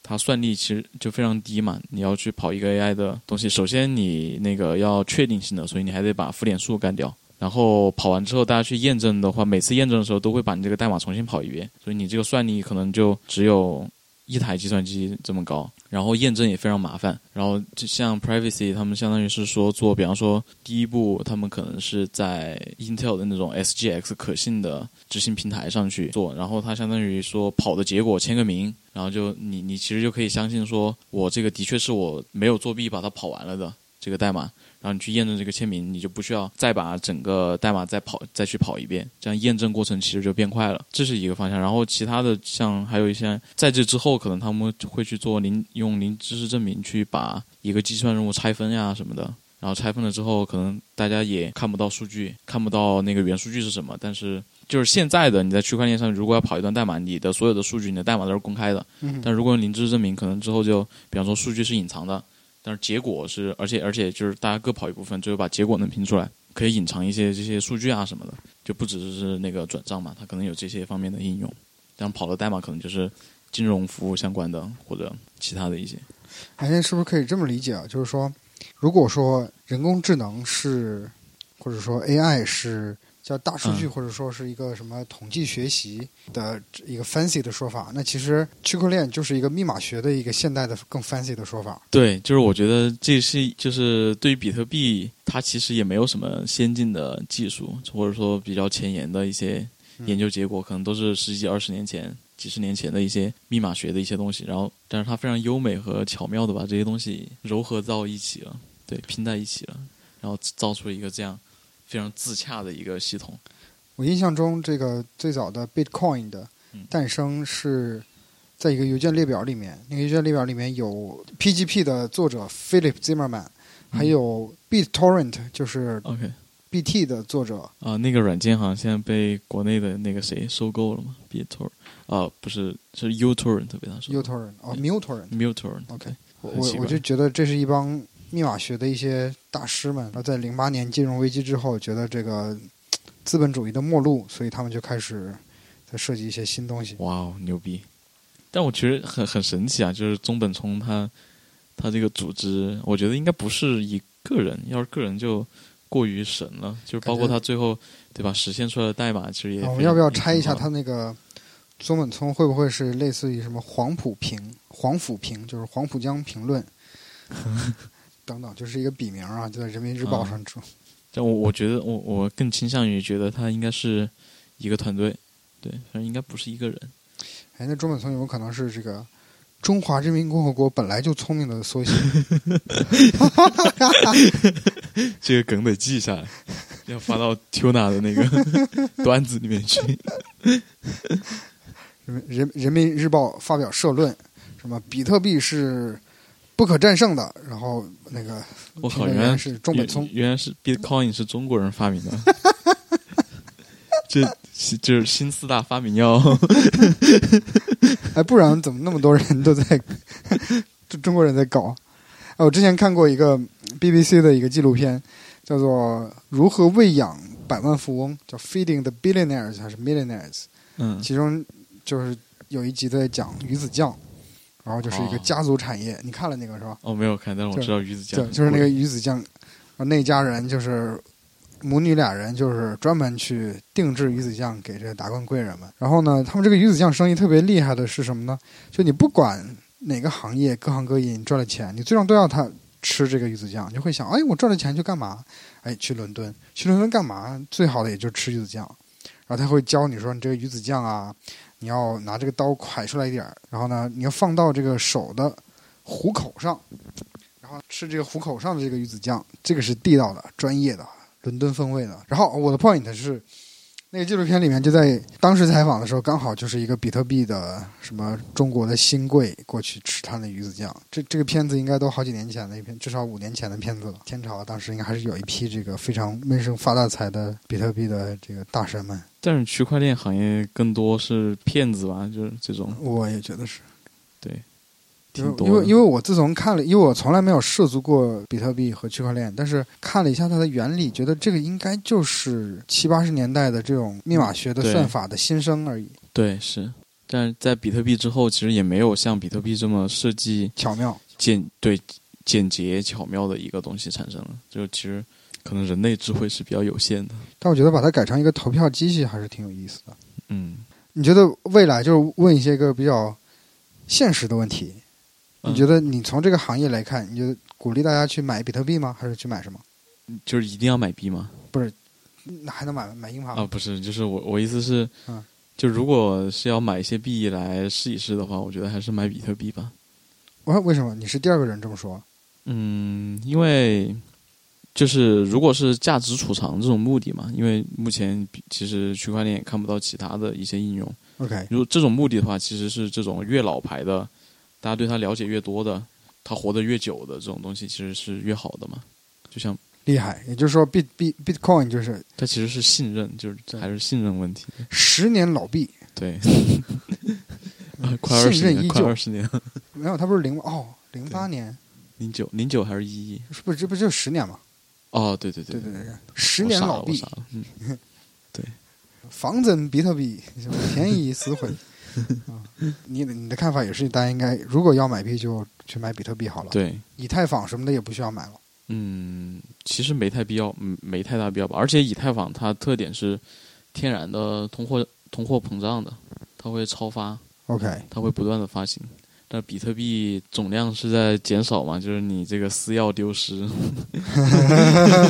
[SPEAKER 2] 它算力其实就非常低嘛。你要去跑一个 AI 的东西，首先你那个要确定性的，所以你还得把负点数干掉，然后跑完之后，大家去验证的话，每次验证的时候都会把你这个代码重新跑一遍，所以你这个算力可能就只有一台计算机这么高，然后验证也非常麻烦。然后就像 Privacy 他们相当于是说做，比方说第一步，他们可能是在 Intel 的那种 SGX 可信的执行平台上去做，然后它相当于说跑的结果签个名，然后就你你其实就可以相信说我这个的确是我没有作弊把它跑完了的这个代码。然后你去验证这个签名，你就不需要再把整个代码再跑再去跑一遍，这样验证过程其实就变快了，这是一个方向。然后其他的像还有一些在这之后，可能他们会去做零用零知识证明去把一个计算任务拆分呀什么的。然后拆分了之后，可能大家也看不到数据，看不到那个元数据是什么。但是就是现在的你在区块链上，如果要跑一段代码，你的所有的数据、你的代码都是公开的。
[SPEAKER 1] 嗯
[SPEAKER 2] 但如果用零知识证明，可能之后就比方说数据是隐藏的，但是结果是，而且而且就是大家各跑一部分，最后把结果能拼出来，可以隐藏一些这些数据啊什么的，就不只是那个转账嘛，它可能有这些方面的应用。但跑的代码可能就是金融服务相关的或者其他的一些。
[SPEAKER 1] 哎，那是不是可以这么理解啊？就是说，如果说人工智能是，或者说 AI 是叫大数据，
[SPEAKER 2] 嗯
[SPEAKER 1] 或者说是一个什么统计学习的一个 fancy 的说法，那其实区块链就是一个密码学的一个现代的更 fancy 的说法。
[SPEAKER 2] 对，就是我觉得这是就是对于比特币，它其实也没有什么先进的技术，或者说比较前沿的一些研究结果，可能都是十几二十年前、几十年前的一些密码学的一些东西。然后，但是它非常优美和巧妙的把这些东西糅合到一起了，对，拼在一起了，然后造出了一个这样非常自洽的一个系统。
[SPEAKER 1] 我印象中，这个最早的 Bitcoin 的
[SPEAKER 2] 嗯
[SPEAKER 1] 诞生是在一个邮件列表里面，那个邮件列表里面有 PGP 的作者 Philip Zimmerman，还有 BitTorrent，就是
[SPEAKER 2] 嗯 OK 啊、
[SPEAKER 1] BT 的作者
[SPEAKER 2] 那个软件好像现在被国内的那个谁收购了嘛，BitTorrent 啊、不是是 uTorrent 被他收购
[SPEAKER 1] uTorrent 哦 MuTorrent。
[SPEAKER 2] ，uTorrent
[SPEAKER 1] OK，我
[SPEAKER 2] 嗯很
[SPEAKER 1] 我
[SPEAKER 2] 奇
[SPEAKER 1] 我
[SPEAKER 2] 怪
[SPEAKER 1] 就觉得这是一帮密码学的一些大师们，然后在零八年金融危机之后，觉得这个嘖资本主义的末路，所以他们就开始在设计一些新东西。
[SPEAKER 2] 哇哦，牛逼！但我觉得很很神奇啊，就是中本聪他他这个组织，我觉得应该不是一个人，要是个人就过于神了，就是包
[SPEAKER 1] 感觉
[SPEAKER 2] 括他最后对吧实现出来的代码，其实也、
[SPEAKER 1] 啊我们要不要拆一下他？那个中本聪会不会是类似于什么黄埔评、黄甫评，就是黄浦江评 论等等，就是一个笔名啊，就在人民日报
[SPEAKER 2] 啊
[SPEAKER 1] 上出。
[SPEAKER 2] 但我我觉得我我更倾向于觉得他应该是一个团队，对，反正应该不是一个人。
[SPEAKER 1] 哎，那中本聪有没有可能是这个中华人民共和国本来就聪明的缩写？
[SPEAKER 2] 这个梗得记下来，要发到 Tuna 的那个 段子里面去。
[SPEAKER 1] 人民人人民日报发表社论，什么比特币是不可战胜的，然后那个
[SPEAKER 2] 我
[SPEAKER 1] 评
[SPEAKER 2] 靠，
[SPEAKER 1] 论
[SPEAKER 2] 原来
[SPEAKER 1] 员是中本聪
[SPEAKER 2] 原，原来是 Bitcoin 是中国人发 明的，这是就是新四大发明要
[SPEAKER 1] 哎，不然怎么那么多人都在 就中国人在搞？哎，我之前看过一个 BBC 的一个纪录片，叫做《如何喂养百万富翁》，叫《Feeding the Billionaires》还是《Millionaires》？
[SPEAKER 2] 嗯
[SPEAKER 1] 其中就是有一集在讲鱼子酱，然后就是一个
[SPEAKER 2] 哦
[SPEAKER 1] 家族产业。你看了那个是吧？
[SPEAKER 2] 哦没有看，但是我
[SPEAKER 1] 就
[SPEAKER 2] 知道鱼子酱
[SPEAKER 1] 对，就是那个鱼子酱，啊那家人就是母女俩人，就是专门去定制鱼子酱给这个达官贵人们。然后呢，他们这个鱼子酱生意特别厉害的是什么呢？就你不管哪个行业，各行各业，你赚了钱，你最终都要他吃这个鱼子酱，你就会想，哎，我赚了钱去干嘛？哎，去伦敦，去伦敦干嘛？最好的也就吃鱼子酱。然后他会教你说，你这个鱼子酱啊，你要拿这个刀蒯出来一点儿，然后呢，你要放到这个手的虎口上，然后吃这个虎口上的这个鱼子酱，这个是地道的、专业的、伦敦风味的。然后我的 point 是，那个纪录片里面就在当时采访的时候，刚好就是一个比特币的什么中国的新贵过去吃他的鱼子酱。这这个片子应该都好几年前的一篇，至少五年前的片子了。天朝当时应该还是有一批这个非常闷声发大财的比特币的这个大神们，
[SPEAKER 2] 但是区块链行业更多是骗子吧，就是这种
[SPEAKER 1] 我也觉得是。
[SPEAKER 2] 对，
[SPEAKER 1] 因
[SPEAKER 2] 挺
[SPEAKER 1] 为
[SPEAKER 2] 多
[SPEAKER 1] 因为因为
[SPEAKER 2] 为
[SPEAKER 1] 我自从看了，因为我从来没有涉足过比特币和区块链，但是看了一下它的原理，觉得这个应该就是七八十年代的这种密码学的
[SPEAKER 2] 对
[SPEAKER 1] 算法的新生而已，
[SPEAKER 2] 对是，但是在比特币之后，其实也没有像比特币这么设计
[SPEAKER 1] 巧妙。
[SPEAKER 2] 简对简洁巧妙的一个东西产生了，就其实可能人类智慧是比较有限的。
[SPEAKER 1] 但我觉得把它改成一个投票机器还是挺有意思的。
[SPEAKER 2] 嗯，
[SPEAKER 1] 你觉得未来就是问一些个比较现实的问题？
[SPEAKER 2] 嗯
[SPEAKER 1] 你觉得你从这个行业来看，你觉得鼓励大家去买比特币吗？还是去买什么？
[SPEAKER 2] 就是一定要买币吗？
[SPEAKER 1] 那还能买买硬盘
[SPEAKER 2] 啊，
[SPEAKER 1] 吗？
[SPEAKER 2] 不是，就是我我意思是
[SPEAKER 1] 嗯，
[SPEAKER 2] 就如果是要买一些币来试一试的话，我觉得还是买比特币吧。
[SPEAKER 1] 我、为什么你是第二个人这么说？
[SPEAKER 2] 嗯，因为就是如果是价值储藏这种目的嘛，因为目前比其实区块链也看不到其他的一些应用。
[SPEAKER 1] OK，
[SPEAKER 2] 如果这种目的的话，其实是这种越老牌的，大家对它了解越多的，它活得越久的这种东西，其实是越好的嘛。就像
[SPEAKER 1] 厉害。也就是说，bit bit bitcoin 就是
[SPEAKER 2] 它其实是信任，就是
[SPEAKER 1] 对
[SPEAKER 2] 还是信任问题。
[SPEAKER 1] 十年老币，
[SPEAKER 2] 对， 啊快二
[SPEAKER 1] 信
[SPEAKER 2] 十
[SPEAKER 1] 任
[SPEAKER 2] 年，
[SPEAKER 1] 依
[SPEAKER 2] 快
[SPEAKER 1] 旧
[SPEAKER 2] 二十年，
[SPEAKER 1] 没有，它不是零哦零八年，
[SPEAKER 2] 零九零九还是一一？
[SPEAKER 1] 是不是这不就十年吗？
[SPEAKER 2] 哦，对对
[SPEAKER 1] 对对
[SPEAKER 2] 对，
[SPEAKER 1] 对，对十年老
[SPEAKER 2] 我
[SPEAKER 1] 币
[SPEAKER 2] 傻，了，我傻了嗯，
[SPEAKER 1] 防增比特币，便宜死毁。啊，你的你的看法也是，大家应该如果要买币就去买比特币好了。，
[SPEAKER 2] 对，
[SPEAKER 1] 以太坊什么的也不需要买了。
[SPEAKER 2] 嗯，其实没太必要，嗯没太大必要吧。而且以太坊它特点是天然的通货通货膨胀的，它会超发，
[SPEAKER 1] OK，
[SPEAKER 2] 它会不断的发行。但比特币总量是在减少嘛，就是你这个私钥丢失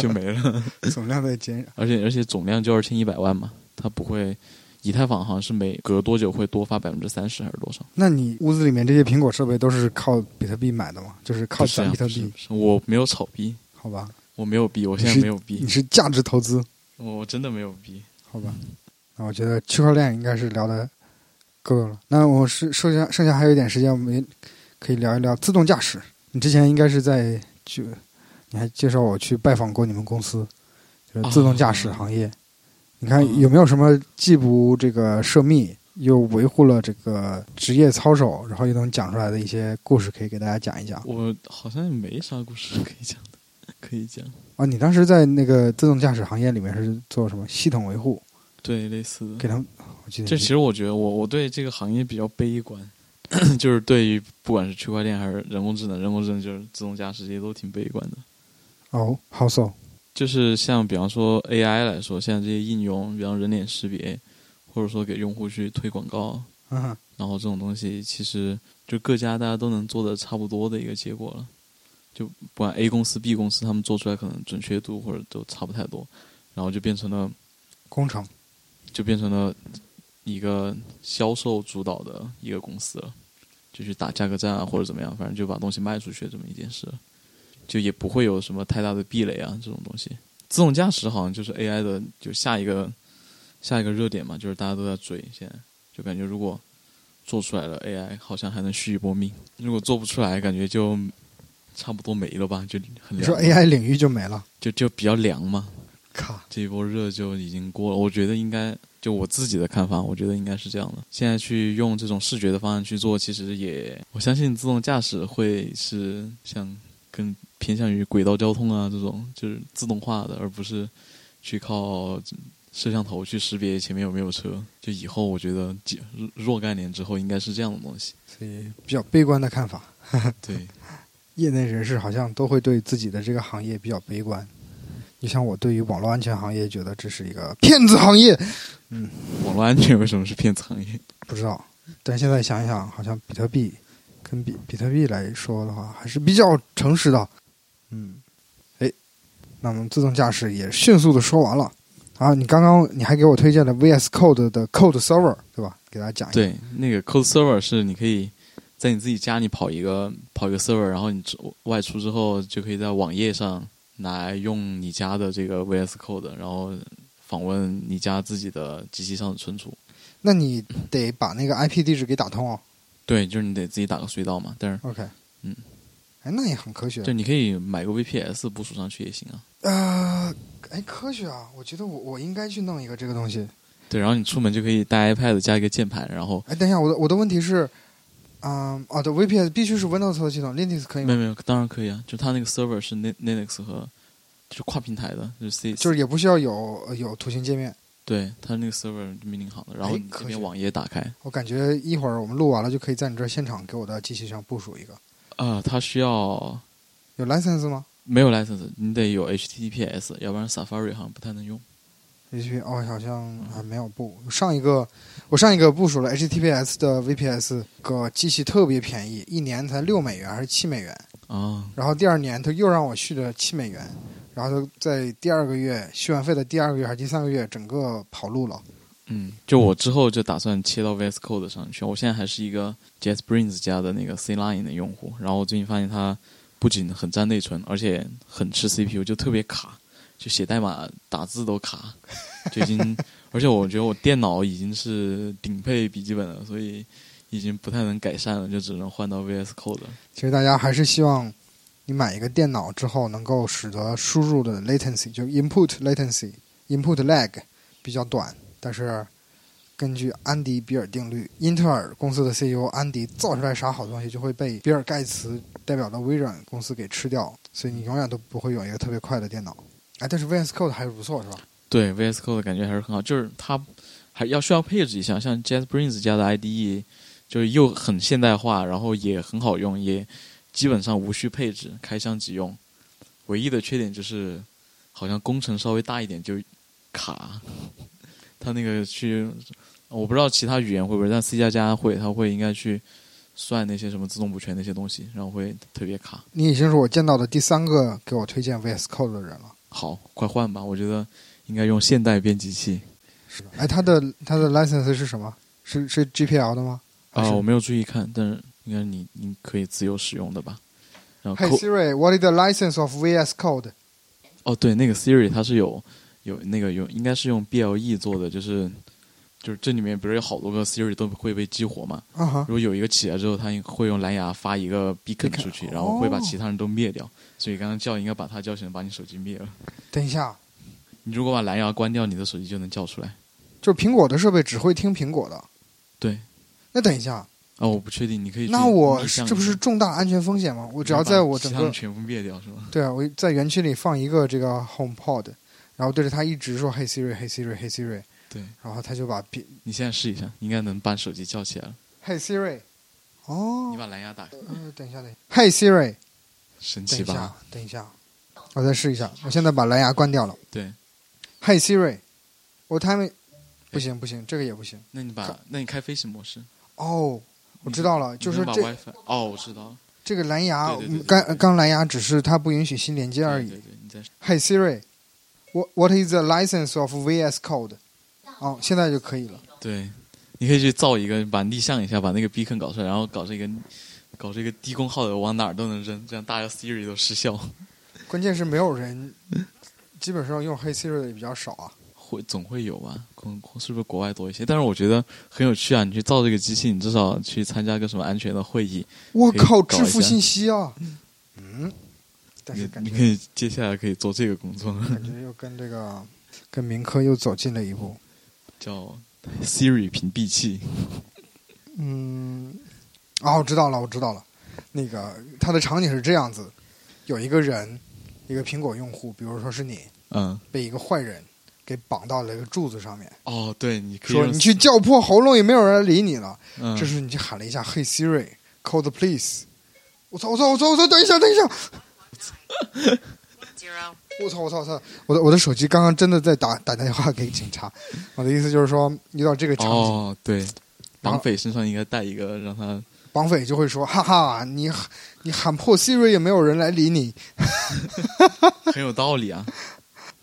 [SPEAKER 2] 就没了，
[SPEAKER 1] 总量在减少。
[SPEAKER 2] 而且而且总量就二千一百万嘛，它不会。以太坊好像是每隔多久会多发百分之三十还是多少？
[SPEAKER 1] 那你屋子里面这些苹果设备都是靠比特币买的吗？就是靠
[SPEAKER 2] 不是
[SPEAKER 1] 攒
[SPEAKER 2] 啊
[SPEAKER 1] 比特
[SPEAKER 2] 不是
[SPEAKER 1] 币
[SPEAKER 2] 不，是我没有炒币，
[SPEAKER 1] 好吧？
[SPEAKER 2] 我没有币，我现在
[SPEAKER 1] 你是
[SPEAKER 2] 没有币
[SPEAKER 1] 你，是价值投资，
[SPEAKER 2] 我我真的没有币。
[SPEAKER 1] 好吧？那我觉得区块链应该是聊的够了。那我是剩下剩下还有一点时间，我们也可以聊一聊自动驾驶。你之前应该是在去，你还介绍我去拜访过你们公司，就是自动驾驶行业。你看
[SPEAKER 2] 嗯
[SPEAKER 1] 有没有什么既不这个涉密，又维护了这个职业操守，然后又能讲出来的一些故事，可以给大家讲一讲。
[SPEAKER 2] 我好像也没啥故事可以讲的，可以讲。
[SPEAKER 1] 啊，你当时在那个自动驾驶行业里面是做什么系统维护？
[SPEAKER 2] 对，类似的。
[SPEAKER 1] 给他们，我记得
[SPEAKER 2] 这
[SPEAKER 1] 你
[SPEAKER 2] 其实我觉得我我对这个行业比较悲观， 就是对于不管是区块链还是人工智能，人工智能就是自动驾驶这些都挺悲观的。
[SPEAKER 1] 哦，how so？
[SPEAKER 2] 就是像比方说 AI 来说，现在这些应用，比方人脸识别，或者说给用户去推广告，
[SPEAKER 1] 嗯哼，
[SPEAKER 2] 然后这种东西其实就各家大家都能做的差不多的一个结果了，就不管 A 公司、B 公司，他们做出来可能准确度或者都差不太多，然后就变成了
[SPEAKER 1] 工程
[SPEAKER 2] 嗯就变成了一个销售主导的一个公司了，就去打价格战啊或者怎么样，反正就把东西卖出去这么一件事，就也不会有什么太大的壁垒啊这种东西。自动驾驶好像就是 AI 的就下一个下一个热点嘛，就是大家都在追，现在就感觉如果做出来了 AI 好像还能续一波命，如果做不出来感觉就差不多没了吧，就很
[SPEAKER 1] 你说
[SPEAKER 2] 凉
[SPEAKER 1] AI 领域就没了，
[SPEAKER 2] 就就比较凉嘛，
[SPEAKER 1] 卡
[SPEAKER 2] 这一波热就已经过了。我觉得应该就我自己的看法，我觉得应该是这样的。现在去用这种视觉的方案去做，其实也我相信自动驾驶会是像更偏向于轨道交通啊这种，就是自动化的，而不是去靠摄像头去识别前面有没有车。就以后我觉得几若若干年之后应该是这样的东西。
[SPEAKER 1] 所以比较悲观的看法。
[SPEAKER 2] 对，
[SPEAKER 1] 业内人士好像都会对自己的这个行业比较悲观，就像我对于网络安全行业觉得这是一个骗子行业，
[SPEAKER 2] 网络安全为什么是骗子行业？
[SPEAKER 1] 不知道。但现在想一想，好像比特币跟比比特币来说的话，还是比较诚实的。嗯，哎，那我们自动驾驶也迅速的说完了。啊，你刚刚你还给我推荐了 VS Code 的 Code Server，对吧？给大家讲一下。
[SPEAKER 2] 对，那个 code server 是你可以在你自己家里跑一个跑一个 server，然后你出外出之后就可以在网页上来用你家的这个 VS Code，然后访问你家自己的机器上的存储。
[SPEAKER 1] 那你得把那个 IP 地址给打通哦。
[SPEAKER 2] 对，就是你得自己打个隧道嘛，但是
[SPEAKER 1] OK，
[SPEAKER 2] 嗯，
[SPEAKER 1] 哎，那也很科学。
[SPEAKER 2] 对，你可以买个 VPS 部署上去也行啊。
[SPEAKER 1] 呃，哎，科学啊！我觉得我我应该去弄一个这个东西。
[SPEAKER 2] 对，然后你出门就可以带 iPad 加一个键盘，然后
[SPEAKER 1] 哎，等一下，我的我的问题是，嗯、哦，对，VPS 必须是 Windows 的系统，Linux 可以
[SPEAKER 2] 没有
[SPEAKER 1] 吗？
[SPEAKER 2] 没有，当然可以啊，就它那个 server 是 Lin- Linux 和就是跨平台的，就是 C
[SPEAKER 1] 就是也不需要有呃有图形界面。
[SPEAKER 2] 对，它那个 server 命令好的，然后
[SPEAKER 1] 哎
[SPEAKER 2] 你这
[SPEAKER 1] 科
[SPEAKER 2] 边
[SPEAKER 1] 学
[SPEAKER 2] 网页打开。
[SPEAKER 1] 我感觉一会儿我们录完了就可以在你这儿现场给我的机器上部署一个。
[SPEAKER 2] 啊、它需要
[SPEAKER 1] 有 license 吗？
[SPEAKER 2] 没有 license，你得有 HTTPS，要不然 Safari 好像不太能用。
[SPEAKER 1] HTTP 哦，好像还没有部上一个，我上一个部署了 HTTPS 的 VPS，个机器特别便宜，一年才六美元还是七美元，
[SPEAKER 2] 啊
[SPEAKER 1] 然后第二年他又让我续了七美元，然后他在第二个月续完费的第二个月还是第三个月，整个跑路了。
[SPEAKER 2] 嗯，就我之后就打算切到 VS Code 上去。我现在还是一个 JetBrains 家的那个 C Line 的用户，然后我最近发现它不仅很占内存，而且很吃 CPU，就特别卡，就写代码打字都卡，就已经。而且我觉得我电脑已经是顶配笔记本了，所以已经不太能改善了，就只能换到 VS Code 了。
[SPEAKER 1] 其实大家还是希望你买一个电脑之后，能够使得输入的 latency 就 input latency、input lag 比较短。但是根据安迪·比尔定律，英特尔公司的 CEO 安迪造出来啥好东西，就会被比尔·盖茨代表的微软公司给吃掉，所以你永远都不会有一个特别快的电脑。哎，但是 VS Code 还是不错，是吧？
[SPEAKER 2] 对 VS Code 感觉还是很好，就是它还要需要配置一下，像 JetBrains 家的 IDE 就是又很现代化，然后也很好用，也基本上无需配置，开箱即用。唯一的缺点就是好像工程稍微大一点就卡，它那个去我不知道其他语言会不会，但 C 加加会，它会应该去算那些什么自动补全那些东西，然后会特别卡。
[SPEAKER 1] 你已经是我见到的第三个给我推荐 VS Code 的人了。
[SPEAKER 2] 好，快换吧，我觉得应该用现代编辑器。
[SPEAKER 1] 是的。哎，它的它的 license 是什么？是是 GPL 的吗？还
[SPEAKER 2] 啊，
[SPEAKER 1] 是
[SPEAKER 2] 我没有注意看，但是应该你你可以自由使用的吧？然后
[SPEAKER 1] Hey
[SPEAKER 2] co-
[SPEAKER 1] Siri，what is the license of VS Code？
[SPEAKER 2] 哦，对，那个 Siri 它是有有那个有应该是用 BLE 做的，就是就是这里面不是有好多个 Siri 都会被激活嘛？
[SPEAKER 1] 啊哈
[SPEAKER 2] 如，果有一个起来之后，它会用蓝牙发一个 beacon 出
[SPEAKER 1] 哦
[SPEAKER 2] 去，然后会把其他人都灭掉。所以刚刚叫应该把它叫醒，把你手机灭了。
[SPEAKER 1] 等一下，
[SPEAKER 2] 你如果把蓝牙关掉，你的手机就能叫出来。
[SPEAKER 1] 就是苹果的设备只会听苹果的。
[SPEAKER 2] 对，
[SPEAKER 1] 那等一下，
[SPEAKER 2] 啊、我不确定，你可以去
[SPEAKER 1] 那我
[SPEAKER 2] 逆向
[SPEAKER 1] 这不是重大安全风险吗？我只要在我整
[SPEAKER 2] 把其他人
[SPEAKER 1] 个
[SPEAKER 2] 全部灭掉是吗？
[SPEAKER 1] 对啊，我在园区里放一个这个 HomePod，然后对着它一直说 “Hey Siri，Hey Siri，Hey Siri”，
[SPEAKER 2] 对，
[SPEAKER 1] 然后它就把 “Hey
[SPEAKER 2] 你现在试一下，应该能把手机叫起来了。
[SPEAKER 1] Siri”，哦
[SPEAKER 2] 你，把蓝牙打开，
[SPEAKER 1] 呃，等一下，等一下，“Hey Siri”，
[SPEAKER 2] 神
[SPEAKER 1] 等
[SPEAKER 2] 奇
[SPEAKER 1] 一下
[SPEAKER 2] 吧？，
[SPEAKER 1] 等一下，我再试一下，我现在把蓝牙关掉了。
[SPEAKER 2] 对，
[SPEAKER 1] “Hey Siri”，what
[SPEAKER 2] 哎
[SPEAKER 1] time？不行不行，这个也不行。
[SPEAKER 2] 那你把那你开飞行模式，
[SPEAKER 1] 哦，我知道了，
[SPEAKER 2] 你
[SPEAKER 1] 就是
[SPEAKER 2] 能把
[SPEAKER 1] 这
[SPEAKER 2] WiFi。哦，我知道了。
[SPEAKER 1] 这个蓝牙
[SPEAKER 2] 对对对对
[SPEAKER 1] 刚刚蓝牙只是它不允许新连接而已。
[SPEAKER 2] 对对对，你再
[SPEAKER 1] Hey Siri，what what is the license of VS Code？哦，现在就可以了。
[SPEAKER 2] 对，你可以去造一个，把逆向一下，把那个 beacon 搞出来，然后搞这个搞这个低功耗的，往哪儿都能扔，这样大家 Siri 都失效，
[SPEAKER 1] 关键是没有人，基本上用 Hey Siri 的也比较少啊。
[SPEAKER 2] 会总会有吧？国是不是国外多一些？但是我觉得很有趣啊！你去造这个机器，你至少去参加个什么安全的会议，
[SPEAKER 1] 我
[SPEAKER 2] 可以
[SPEAKER 1] 靠，
[SPEAKER 2] 搞一
[SPEAKER 1] 致富
[SPEAKER 2] 下
[SPEAKER 1] 信息啊！嗯，但是
[SPEAKER 2] 你
[SPEAKER 1] 感
[SPEAKER 2] 你
[SPEAKER 1] 觉
[SPEAKER 2] 可以接下来可以做这个工作了，
[SPEAKER 1] 感觉又跟这个跟民科又走近了一步。
[SPEAKER 2] 叫 Siri 屏蔽器。
[SPEAKER 1] 嗯，啊，我知道了，我知道了。那个它的场景是这样子：有一个人，一个苹果用户，比如说是你，
[SPEAKER 2] 嗯，
[SPEAKER 1] 被一个坏人给绑到了一个柱子上面，
[SPEAKER 2] 哦，对，你可以
[SPEAKER 1] 说
[SPEAKER 2] 用
[SPEAKER 1] 你去叫破喉咙也没有人理你了。
[SPEAKER 2] 嗯
[SPEAKER 1] 这时候你就喊了一下 “Hey Siri，call the police”。我操！我操！我操！我操！等一下！等一下！
[SPEAKER 3] Zero.
[SPEAKER 1] 我操！我操！我操！我的我的手机刚刚真的在打打电话给警察。我的意思就是说，遇到这个场景，
[SPEAKER 2] 哦，对，
[SPEAKER 1] 然后
[SPEAKER 2] 绑匪身上应该带一个，让他
[SPEAKER 1] 绑匪就会说：“哈哈，你你喊破 Siri 也没有人来理你。
[SPEAKER 2] 很有 道理啊。”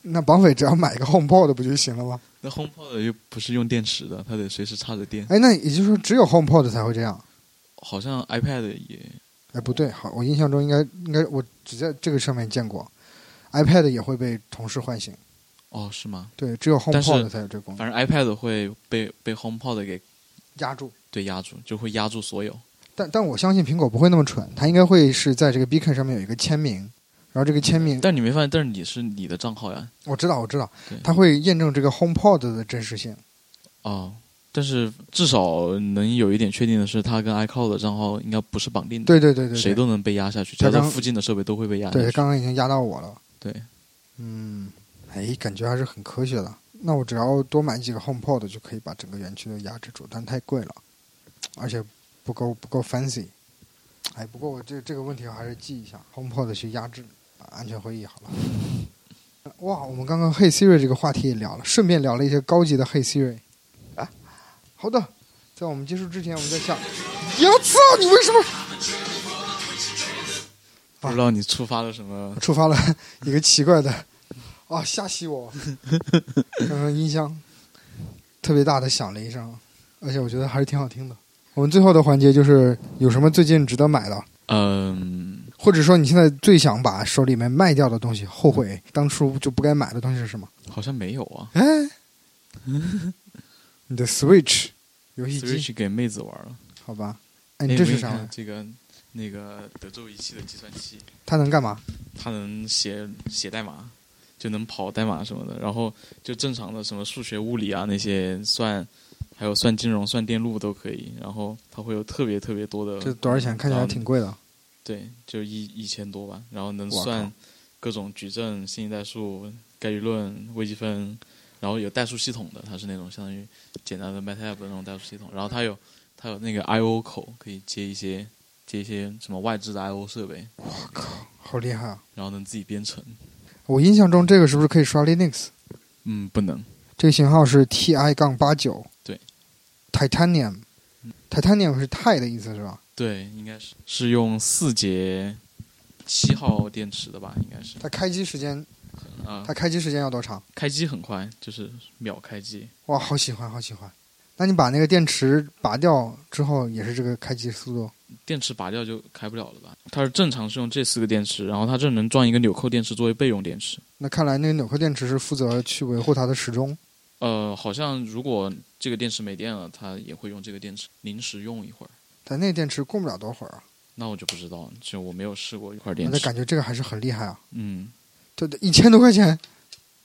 [SPEAKER 1] 那绑匪只要买一个 HomePod 不就行了吗？
[SPEAKER 2] 那 HomePod 又不是用电池的，它得随时插着电。
[SPEAKER 1] 哎，那也就是说，只有 HomePod 才会这样。
[SPEAKER 2] 好像 iPad 也
[SPEAKER 1] 哎，不对，好，我印象中应该应该我只在这个上面见过，iPad 也会被同事唤醒。
[SPEAKER 2] 哦，是吗？
[SPEAKER 1] 对，只有
[SPEAKER 2] 但是
[SPEAKER 1] HomePod 才有这个功能，
[SPEAKER 2] 反正 iPad 会被被 HomePod 给
[SPEAKER 1] 压住。
[SPEAKER 2] 对压住，就会压住所有。
[SPEAKER 1] 但但我相信苹果不会那么蠢，它应该会是在这个 Beacon 上面有一个签名，然后这个签名
[SPEAKER 2] 但你没发现，但是你是你的账号呀？
[SPEAKER 1] 我知道我知道
[SPEAKER 2] 对，
[SPEAKER 1] 它会验证这个 HomePod 的真实性。
[SPEAKER 2] 哦，但是至少能有一点确定的是，它跟 iCloud 的账号应该不是绑定的，
[SPEAKER 1] 对对对对，
[SPEAKER 2] 谁
[SPEAKER 1] 对
[SPEAKER 2] 都能被压下去，只
[SPEAKER 1] 它
[SPEAKER 2] 要在
[SPEAKER 1] 刚
[SPEAKER 2] 附近的设备都会被压下
[SPEAKER 1] 对，
[SPEAKER 2] 去。
[SPEAKER 1] 刚刚已经压到我了。
[SPEAKER 2] 对，
[SPEAKER 1] 嗯，哎，感觉还是很科学的。那我只要多买几个 HomePod 就可以把整个园区都压制住，但太贵了，而且不够不够 fancy。哎，不过我这这个问题我还是记一下，HomePod 去压制，把安全会议好了。 哇，我们刚刚 Hey Siri 这个话题也聊了，顺便聊了一些高级的 Hey Siri。啊，好的，在我们结束之前，我们在 想，我操，你为什么
[SPEAKER 2] 不知道你触发了什么？
[SPEAKER 1] 触发了 一个奇怪的啊，吓死我！ 刚刚音箱特别大的响了一声，而且我觉得还是挺好听的。我们最后的环节就是有什么最近值得买的，
[SPEAKER 2] 嗯，
[SPEAKER 1] 或者说你现在最想把手里面卖掉的东西，后
[SPEAKER 2] 嗯
[SPEAKER 1] 悔当初就不该买的东西是什么？
[SPEAKER 2] 好像没有啊。
[SPEAKER 1] 哎， 你的 Switch 游戏机
[SPEAKER 2] Switch 给妹子玩了。
[SPEAKER 1] 好吧？哎，
[SPEAKER 2] 哎
[SPEAKER 1] 你这是
[SPEAKER 2] 我给
[SPEAKER 1] 啥
[SPEAKER 2] 看
[SPEAKER 1] 玩意儿？
[SPEAKER 2] 这个那个德州仪器的计算器，
[SPEAKER 1] 它能干嘛？
[SPEAKER 2] 它能写写代码，就能跑代码什么的。然后就正常的什么数学、物理啊那些算，还有算金融、算电路都可以。然后它会有特别特别多的，
[SPEAKER 1] 这多少钱？看起来
[SPEAKER 2] 嗯
[SPEAKER 1] 挺贵的。
[SPEAKER 2] 对，就一一千多吧。然后能
[SPEAKER 1] 我靠
[SPEAKER 2] 算各种矩阵、新一代数、概率论、微积分，然后有代数系统的，它是那种相当于简单的 MATLAB 的那种代数系统。然后它有它有那个 I/O 口，可以接一些接一些什么外置的 I/O 设备，
[SPEAKER 1] 我靠，好厉害啊！
[SPEAKER 2] 然后能自己编程。
[SPEAKER 1] 我印象中这个是不是可以刷 Linux？
[SPEAKER 2] 嗯，不能。
[SPEAKER 1] 这个型号是 TI 杠八九，
[SPEAKER 2] 对嗯
[SPEAKER 1] ，Titanium。Titanium 是钛的意思是吧？
[SPEAKER 2] 对，应该是是用四节七号电池的吧？应该是
[SPEAKER 1] 它开机时间，
[SPEAKER 2] 啊、
[SPEAKER 1] 它开机时间要多长？
[SPEAKER 2] 开机很快，就是秒开机。
[SPEAKER 1] 哇，好喜欢，好喜欢。那你把那个电池拔掉之后，也是这个开机速度？
[SPEAKER 2] 电池拔掉就开不了了吧？它是正常是用这四个电池，然后它这能装一个纽扣电池作为备用电池。
[SPEAKER 1] 那看来那个纽扣电池是负责去维护它的时钟。
[SPEAKER 2] 呃，好像如果这个电池没电了，它也会用这个电池临时用一会儿。
[SPEAKER 1] 但那个电池过不了多会儿啊，
[SPEAKER 2] 那我就不知道了，就我没有试过一块
[SPEAKER 1] 我
[SPEAKER 2] 电
[SPEAKER 1] 就
[SPEAKER 2] 池
[SPEAKER 1] 感。觉这个还是很厉害啊！
[SPEAKER 2] 嗯，
[SPEAKER 1] 对对，一千多块钱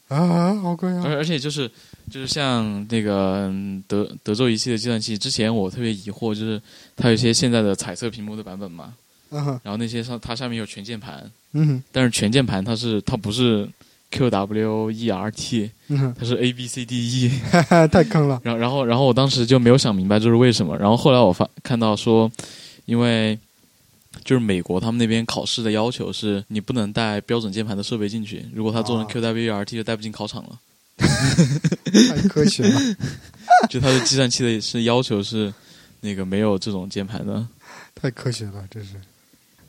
[SPEAKER 1] 啊，好贵啊！
[SPEAKER 2] 而而且就是就是像那个嗯德德州仪器的计算器，之前我特别疑惑，就是它有一些现在的彩色屏幕的版本嘛，
[SPEAKER 1] 嗯哼
[SPEAKER 2] 然后那些上它下面有全键盘，
[SPEAKER 1] 嗯哼
[SPEAKER 2] 但是全键盘它是它不是 Q W E R T，
[SPEAKER 1] 嗯哼
[SPEAKER 2] 它是 A B C D E。
[SPEAKER 1] 哈哈，太坑了。
[SPEAKER 2] 然后，然后，然后我当时就没有想明白这是为什么。然后后来我发看到说，因为就是美国他们那边考试的要求是你不能带标准键盘的设备进去，如果它做成
[SPEAKER 1] 啊
[SPEAKER 2] QWERT 就带不进考场了。
[SPEAKER 1] 太科学了，
[SPEAKER 2] 就它的计算器的是要求是那个没有这种键盘的。
[SPEAKER 1] 太科学了，真是。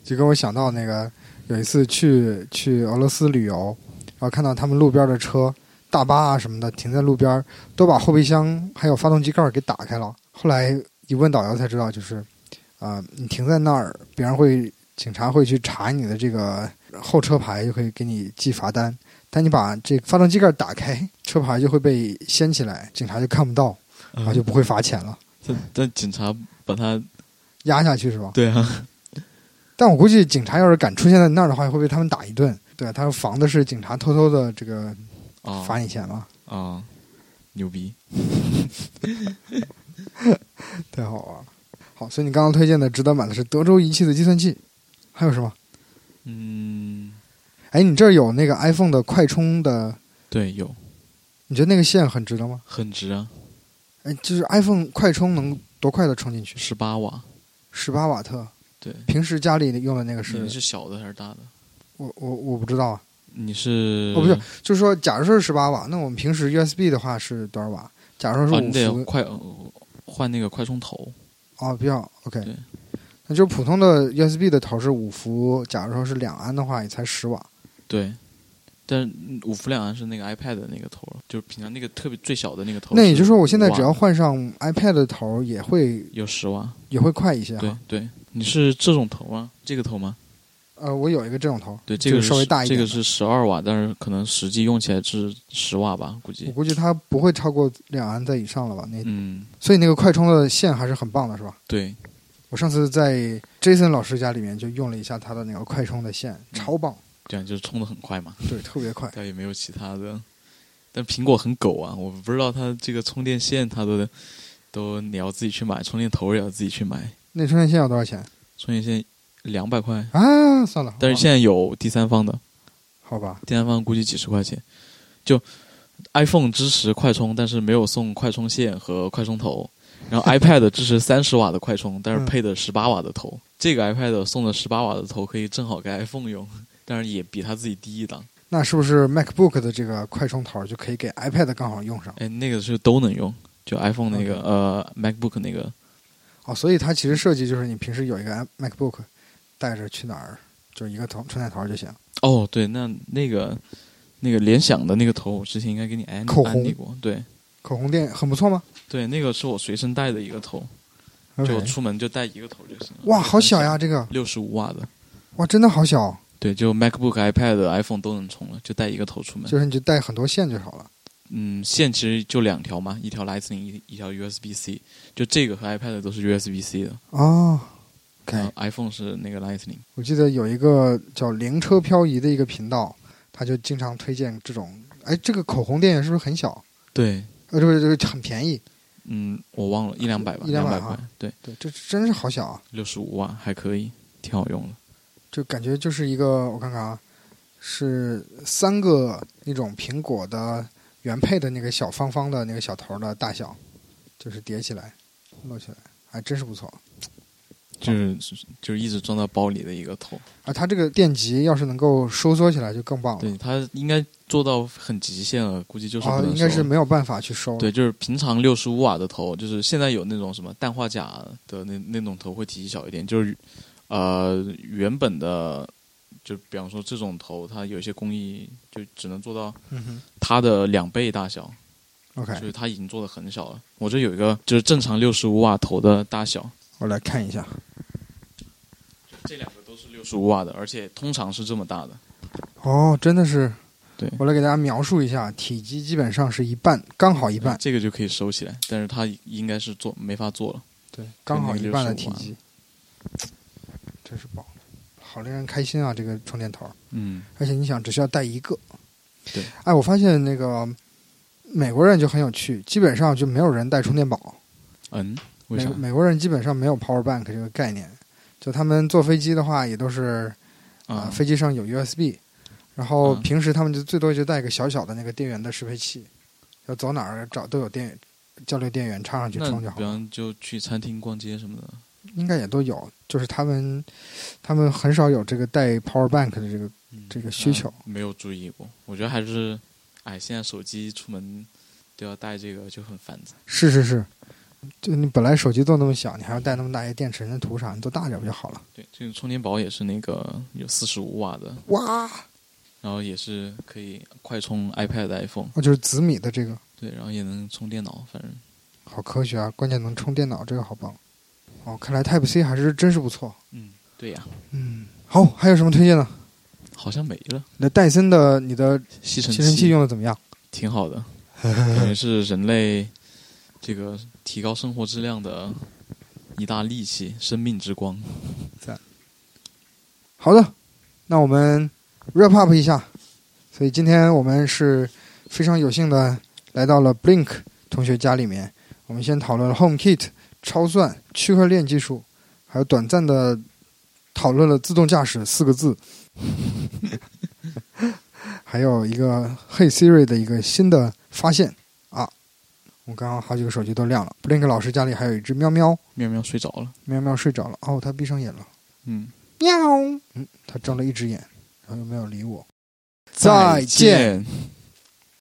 [SPEAKER 1] 就跟我想到那个有一次去去俄罗斯旅游，然后看到他们路边的车、大巴啊什么的停在路边，都把后备箱还有发动机盖儿给打开了。后来一问导游才知道，就是啊、你停在那儿，别人会警察会去查你的这个后车牌，就可以给你记罚单。但你把这个发动机盖儿打开，车牌就会被掀起来，警察就看不到，然后就不会罚钱了，
[SPEAKER 2] 但但警察把 它
[SPEAKER 1] 压下去是吧？
[SPEAKER 2] 对啊，
[SPEAKER 1] 但我估计警察要是敢出现在那儿的话，会被他们打一顿。对，他防的是警察偷偷的这个
[SPEAKER 2] 啊
[SPEAKER 1] 罚你钱嘛。
[SPEAKER 2] 啊，牛逼！
[SPEAKER 1] 太好玩了。好，所以你刚刚推荐的值得买的是德州仪器的计算器，还有什么？
[SPEAKER 2] 嗯，
[SPEAKER 1] 哎，你这儿有那个 iPhone 的快充的，
[SPEAKER 2] 对，有
[SPEAKER 1] 你觉得那个线很值得吗？
[SPEAKER 2] 很值啊，
[SPEAKER 1] 哎，就是 iPhone 快充能多快的充进去？
[SPEAKER 2] 十八瓦。
[SPEAKER 1] 十八瓦特。
[SPEAKER 2] 对，
[SPEAKER 1] 平时家里用的那个
[SPEAKER 2] 你
[SPEAKER 1] 是，
[SPEAKER 2] 是小的还是大的？
[SPEAKER 1] 我我我不知道啊。
[SPEAKER 2] 你是
[SPEAKER 1] 哦不是就是说，假如说是十八瓦，那我们平时 USB 的话是多少瓦？假如说
[SPEAKER 2] 哦，
[SPEAKER 1] 是
[SPEAKER 2] 你
[SPEAKER 1] 五
[SPEAKER 2] 得
[SPEAKER 1] 伏，
[SPEAKER 2] 快呃换那个快充头。
[SPEAKER 1] 哦，比较 OK
[SPEAKER 2] 对。
[SPEAKER 1] 那就是普通的 USB 的头是五伏，假如说是两安的话，也才十瓦。
[SPEAKER 2] 哦对，但是嗯五伏两安是那个 iPad 的那个头，就是平常那个特别最小的那个头。
[SPEAKER 1] 那也就是说，我现在只要换上 iPad 的头，也会
[SPEAKER 2] 有十瓦，
[SPEAKER 1] 也会快一些
[SPEAKER 2] 对
[SPEAKER 1] 哈。
[SPEAKER 2] 对，你是这种头吗？这个头吗？
[SPEAKER 1] 呃，我有一个这种头，
[SPEAKER 2] 对，这
[SPEAKER 1] 就
[SPEAKER 2] 个
[SPEAKER 1] 是稍微大一
[SPEAKER 2] 这
[SPEAKER 1] 点的。
[SPEAKER 2] 个是十二瓦，但是可能实际用起来是十瓦吧，估
[SPEAKER 1] 我
[SPEAKER 2] 计。
[SPEAKER 1] 估计它不会超过两安在以上了吧？那、
[SPEAKER 2] 嗯，
[SPEAKER 1] 所以那个快充的线还是很棒的，是吧？
[SPEAKER 2] 对，
[SPEAKER 1] 我上次在 Jason 老师家里面就用了一下他的那个快充的线，
[SPEAKER 2] 嗯
[SPEAKER 1] 超棒，
[SPEAKER 2] 这样就是充的很快嘛，
[SPEAKER 1] 对，特别快。
[SPEAKER 2] 但也没有其他的。但苹果很狗啊，我不知道它这个充电线，它都都你要自己去买，充电头也要自己去买，
[SPEAKER 1] 那充电线要多少钱
[SPEAKER 2] 充电线两百块，
[SPEAKER 1] 啊？算了，
[SPEAKER 2] 但是现在有第三方的，
[SPEAKER 1] 好吧，
[SPEAKER 2] 第三方估计几十块钱。就 iPhone 支持快充，但是没有送快充线和快充头。然 后 iPad 支持三十瓦的嗯快充，但是配的十八瓦的头。这个 iPad 送的十八瓦的头可以正好给 iPhone 用， 但是也比它自己低一档。
[SPEAKER 1] 那是不是 MacBook 的这个快充头就可以给 iPad 刚好用上？
[SPEAKER 2] 哎，那个是都能用，就 iPhone 那个呃 MacBook 那个，
[SPEAKER 1] 哦，所以它其实设计就是你平时有一个 MacBook 带着去哪儿，就是一个头充电头就行。
[SPEAKER 2] 哦，对，那那个那个联想的那个头，我之前应该给你安
[SPEAKER 1] 口红
[SPEAKER 2] 安利过，对
[SPEAKER 1] 口红店很不错吗？
[SPEAKER 2] 对，那个是我随身带的一个头，就我
[SPEAKER 1] OK
[SPEAKER 2] 出门就带一个头就行了。
[SPEAKER 1] 哇，好小嗯呀，这个
[SPEAKER 2] 六十五瓦的，
[SPEAKER 1] 哇，真的好小，
[SPEAKER 2] 对，就 MacBook、iPad、iPhone 都能充了，就带一个头出门。
[SPEAKER 1] 就是你就带很多线就好了。
[SPEAKER 2] 嗯，线其实就两条嘛，一条 Lightning，一一条 USB-C，就这个和 iPad 都是 USB-C 的，
[SPEAKER 1] 哦，OK，、
[SPEAKER 2] 然后 iPhone 是那个 Lightning。
[SPEAKER 1] 我记得有一个叫“灵车漂移”的一个频道，他就经常推荐这种。哎，这个口红店是不是很小？
[SPEAKER 2] 对，
[SPEAKER 1] 呃，这不这个很便宜？
[SPEAKER 2] 嗯，我忘了一两百吧，
[SPEAKER 1] 一两百
[SPEAKER 2] 百
[SPEAKER 1] 啊
[SPEAKER 2] 块，对，
[SPEAKER 1] 对，这真是好小啊！
[SPEAKER 2] 六十五瓦还可以，挺好用的。
[SPEAKER 1] 就感觉就是一个，我看看啊，是三个那种苹果的原配的那个小方方的那个小头的大小，就是叠起来摞起来，还真是不错
[SPEAKER 2] 就是就是一直装到包里的一个头，
[SPEAKER 1] 啊！它这个电极要是能够收缩起来，就更棒了。
[SPEAKER 2] 对它应该做到很极限了，估计就是不
[SPEAKER 1] 啊，
[SPEAKER 2] 能收、
[SPEAKER 1] 应该是没有办法去收。
[SPEAKER 2] 对，就是平常六十五瓦的头，就是现在有那种什么氮化钾的那那种头会体积小一点，就是呃原本的，就比方说这种头，它有一些工艺就只能做到
[SPEAKER 1] 嗯
[SPEAKER 2] 它的两倍大小，
[SPEAKER 1] 哼
[SPEAKER 2] 就
[SPEAKER 1] ，OK，
[SPEAKER 2] 是它已经做的很小了。我这有一个就是正常六十五瓦头的大小，
[SPEAKER 1] 我来看一下。
[SPEAKER 2] 这两个都是六十五瓦的，而且通常是这么大的。
[SPEAKER 1] 哦，真的是。
[SPEAKER 2] 对
[SPEAKER 1] 我来给大家描述一下，体积基本上是一半，刚好一半，
[SPEAKER 2] 这个就可以收起来，但是它应该是做没法做了。
[SPEAKER 1] 对，刚好一半的
[SPEAKER 2] 65
[SPEAKER 1] 体
[SPEAKER 2] 万
[SPEAKER 1] 积，真是棒，好令人开心啊！这个充电头，
[SPEAKER 2] 嗯，
[SPEAKER 1] 而且你想，只需要带一个。
[SPEAKER 2] 对，
[SPEAKER 1] 哎，我发现那个美国人就很有趣，基本上就没有人带充电宝。
[SPEAKER 2] 嗯，为
[SPEAKER 1] 美
[SPEAKER 2] 啥？
[SPEAKER 1] 美国人基本上没有 power bank 这个概念，就他们坐飞机的话，也都是啊、
[SPEAKER 2] 啊，
[SPEAKER 1] 飞机上有 USB，然后
[SPEAKER 2] 嗯
[SPEAKER 1] 平时他们就最多就带一个小小的那个电源的适配器，要走哪儿找都有电交流电源插上去
[SPEAKER 2] 那
[SPEAKER 1] 充就好
[SPEAKER 2] 比。方就去餐厅逛街什么的。
[SPEAKER 1] 应该也都有，就是他们他们很少有这个带 power bank 的这个这个需求。
[SPEAKER 2] 嗯没有注意过。我觉得还是，哎，现在手机出门都要带这个，就很烦躁。
[SPEAKER 1] 是是是，就你本来手机都那么小，你还要带那么大一个电池，那图啥？你做大点不就好了？
[SPEAKER 2] 对，这个充电宝也是那个有四十五瓦的，
[SPEAKER 1] 哇，
[SPEAKER 2] 然后也是可以快充 iPad、iPhone，
[SPEAKER 1] 哦，就是紫米的这个
[SPEAKER 2] 对，然后也能充电脑，反正
[SPEAKER 1] 好科学啊！关键能充电脑，这个好棒。哦，看来 Type C 还是真是不错。
[SPEAKER 2] 嗯，对呀、
[SPEAKER 1] 嗯，好，还有什么推荐呢？
[SPEAKER 2] 好像没了。
[SPEAKER 1] 你的戴森的你的
[SPEAKER 2] 吸尘
[SPEAKER 1] 吸尘器用的怎么样？
[SPEAKER 2] 挺好 的，感觉是人类这个提高生活质量的一大利器，生命之光。
[SPEAKER 1] 好的，那我们 wrap up 一下。所以今天我们是非常有幸的来到了 Blink 同学家里面，我们先讨论了 HomeKit、超算、区块链技术，还有短暂的讨论了自动驾驶四个字， 还有一个 Hey Siri 的一个新的发现啊！我刚刚好几个手机都亮了。Blink 老师家里还有一只喵喵，
[SPEAKER 2] 喵喵睡着了，
[SPEAKER 1] 喵喵睡着了，哦，它闭上眼了。
[SPEAKER 2] 嗯，
[SPEAKER 1] 喵。嗯，他睁了一只眼，然后又没有理我。再见。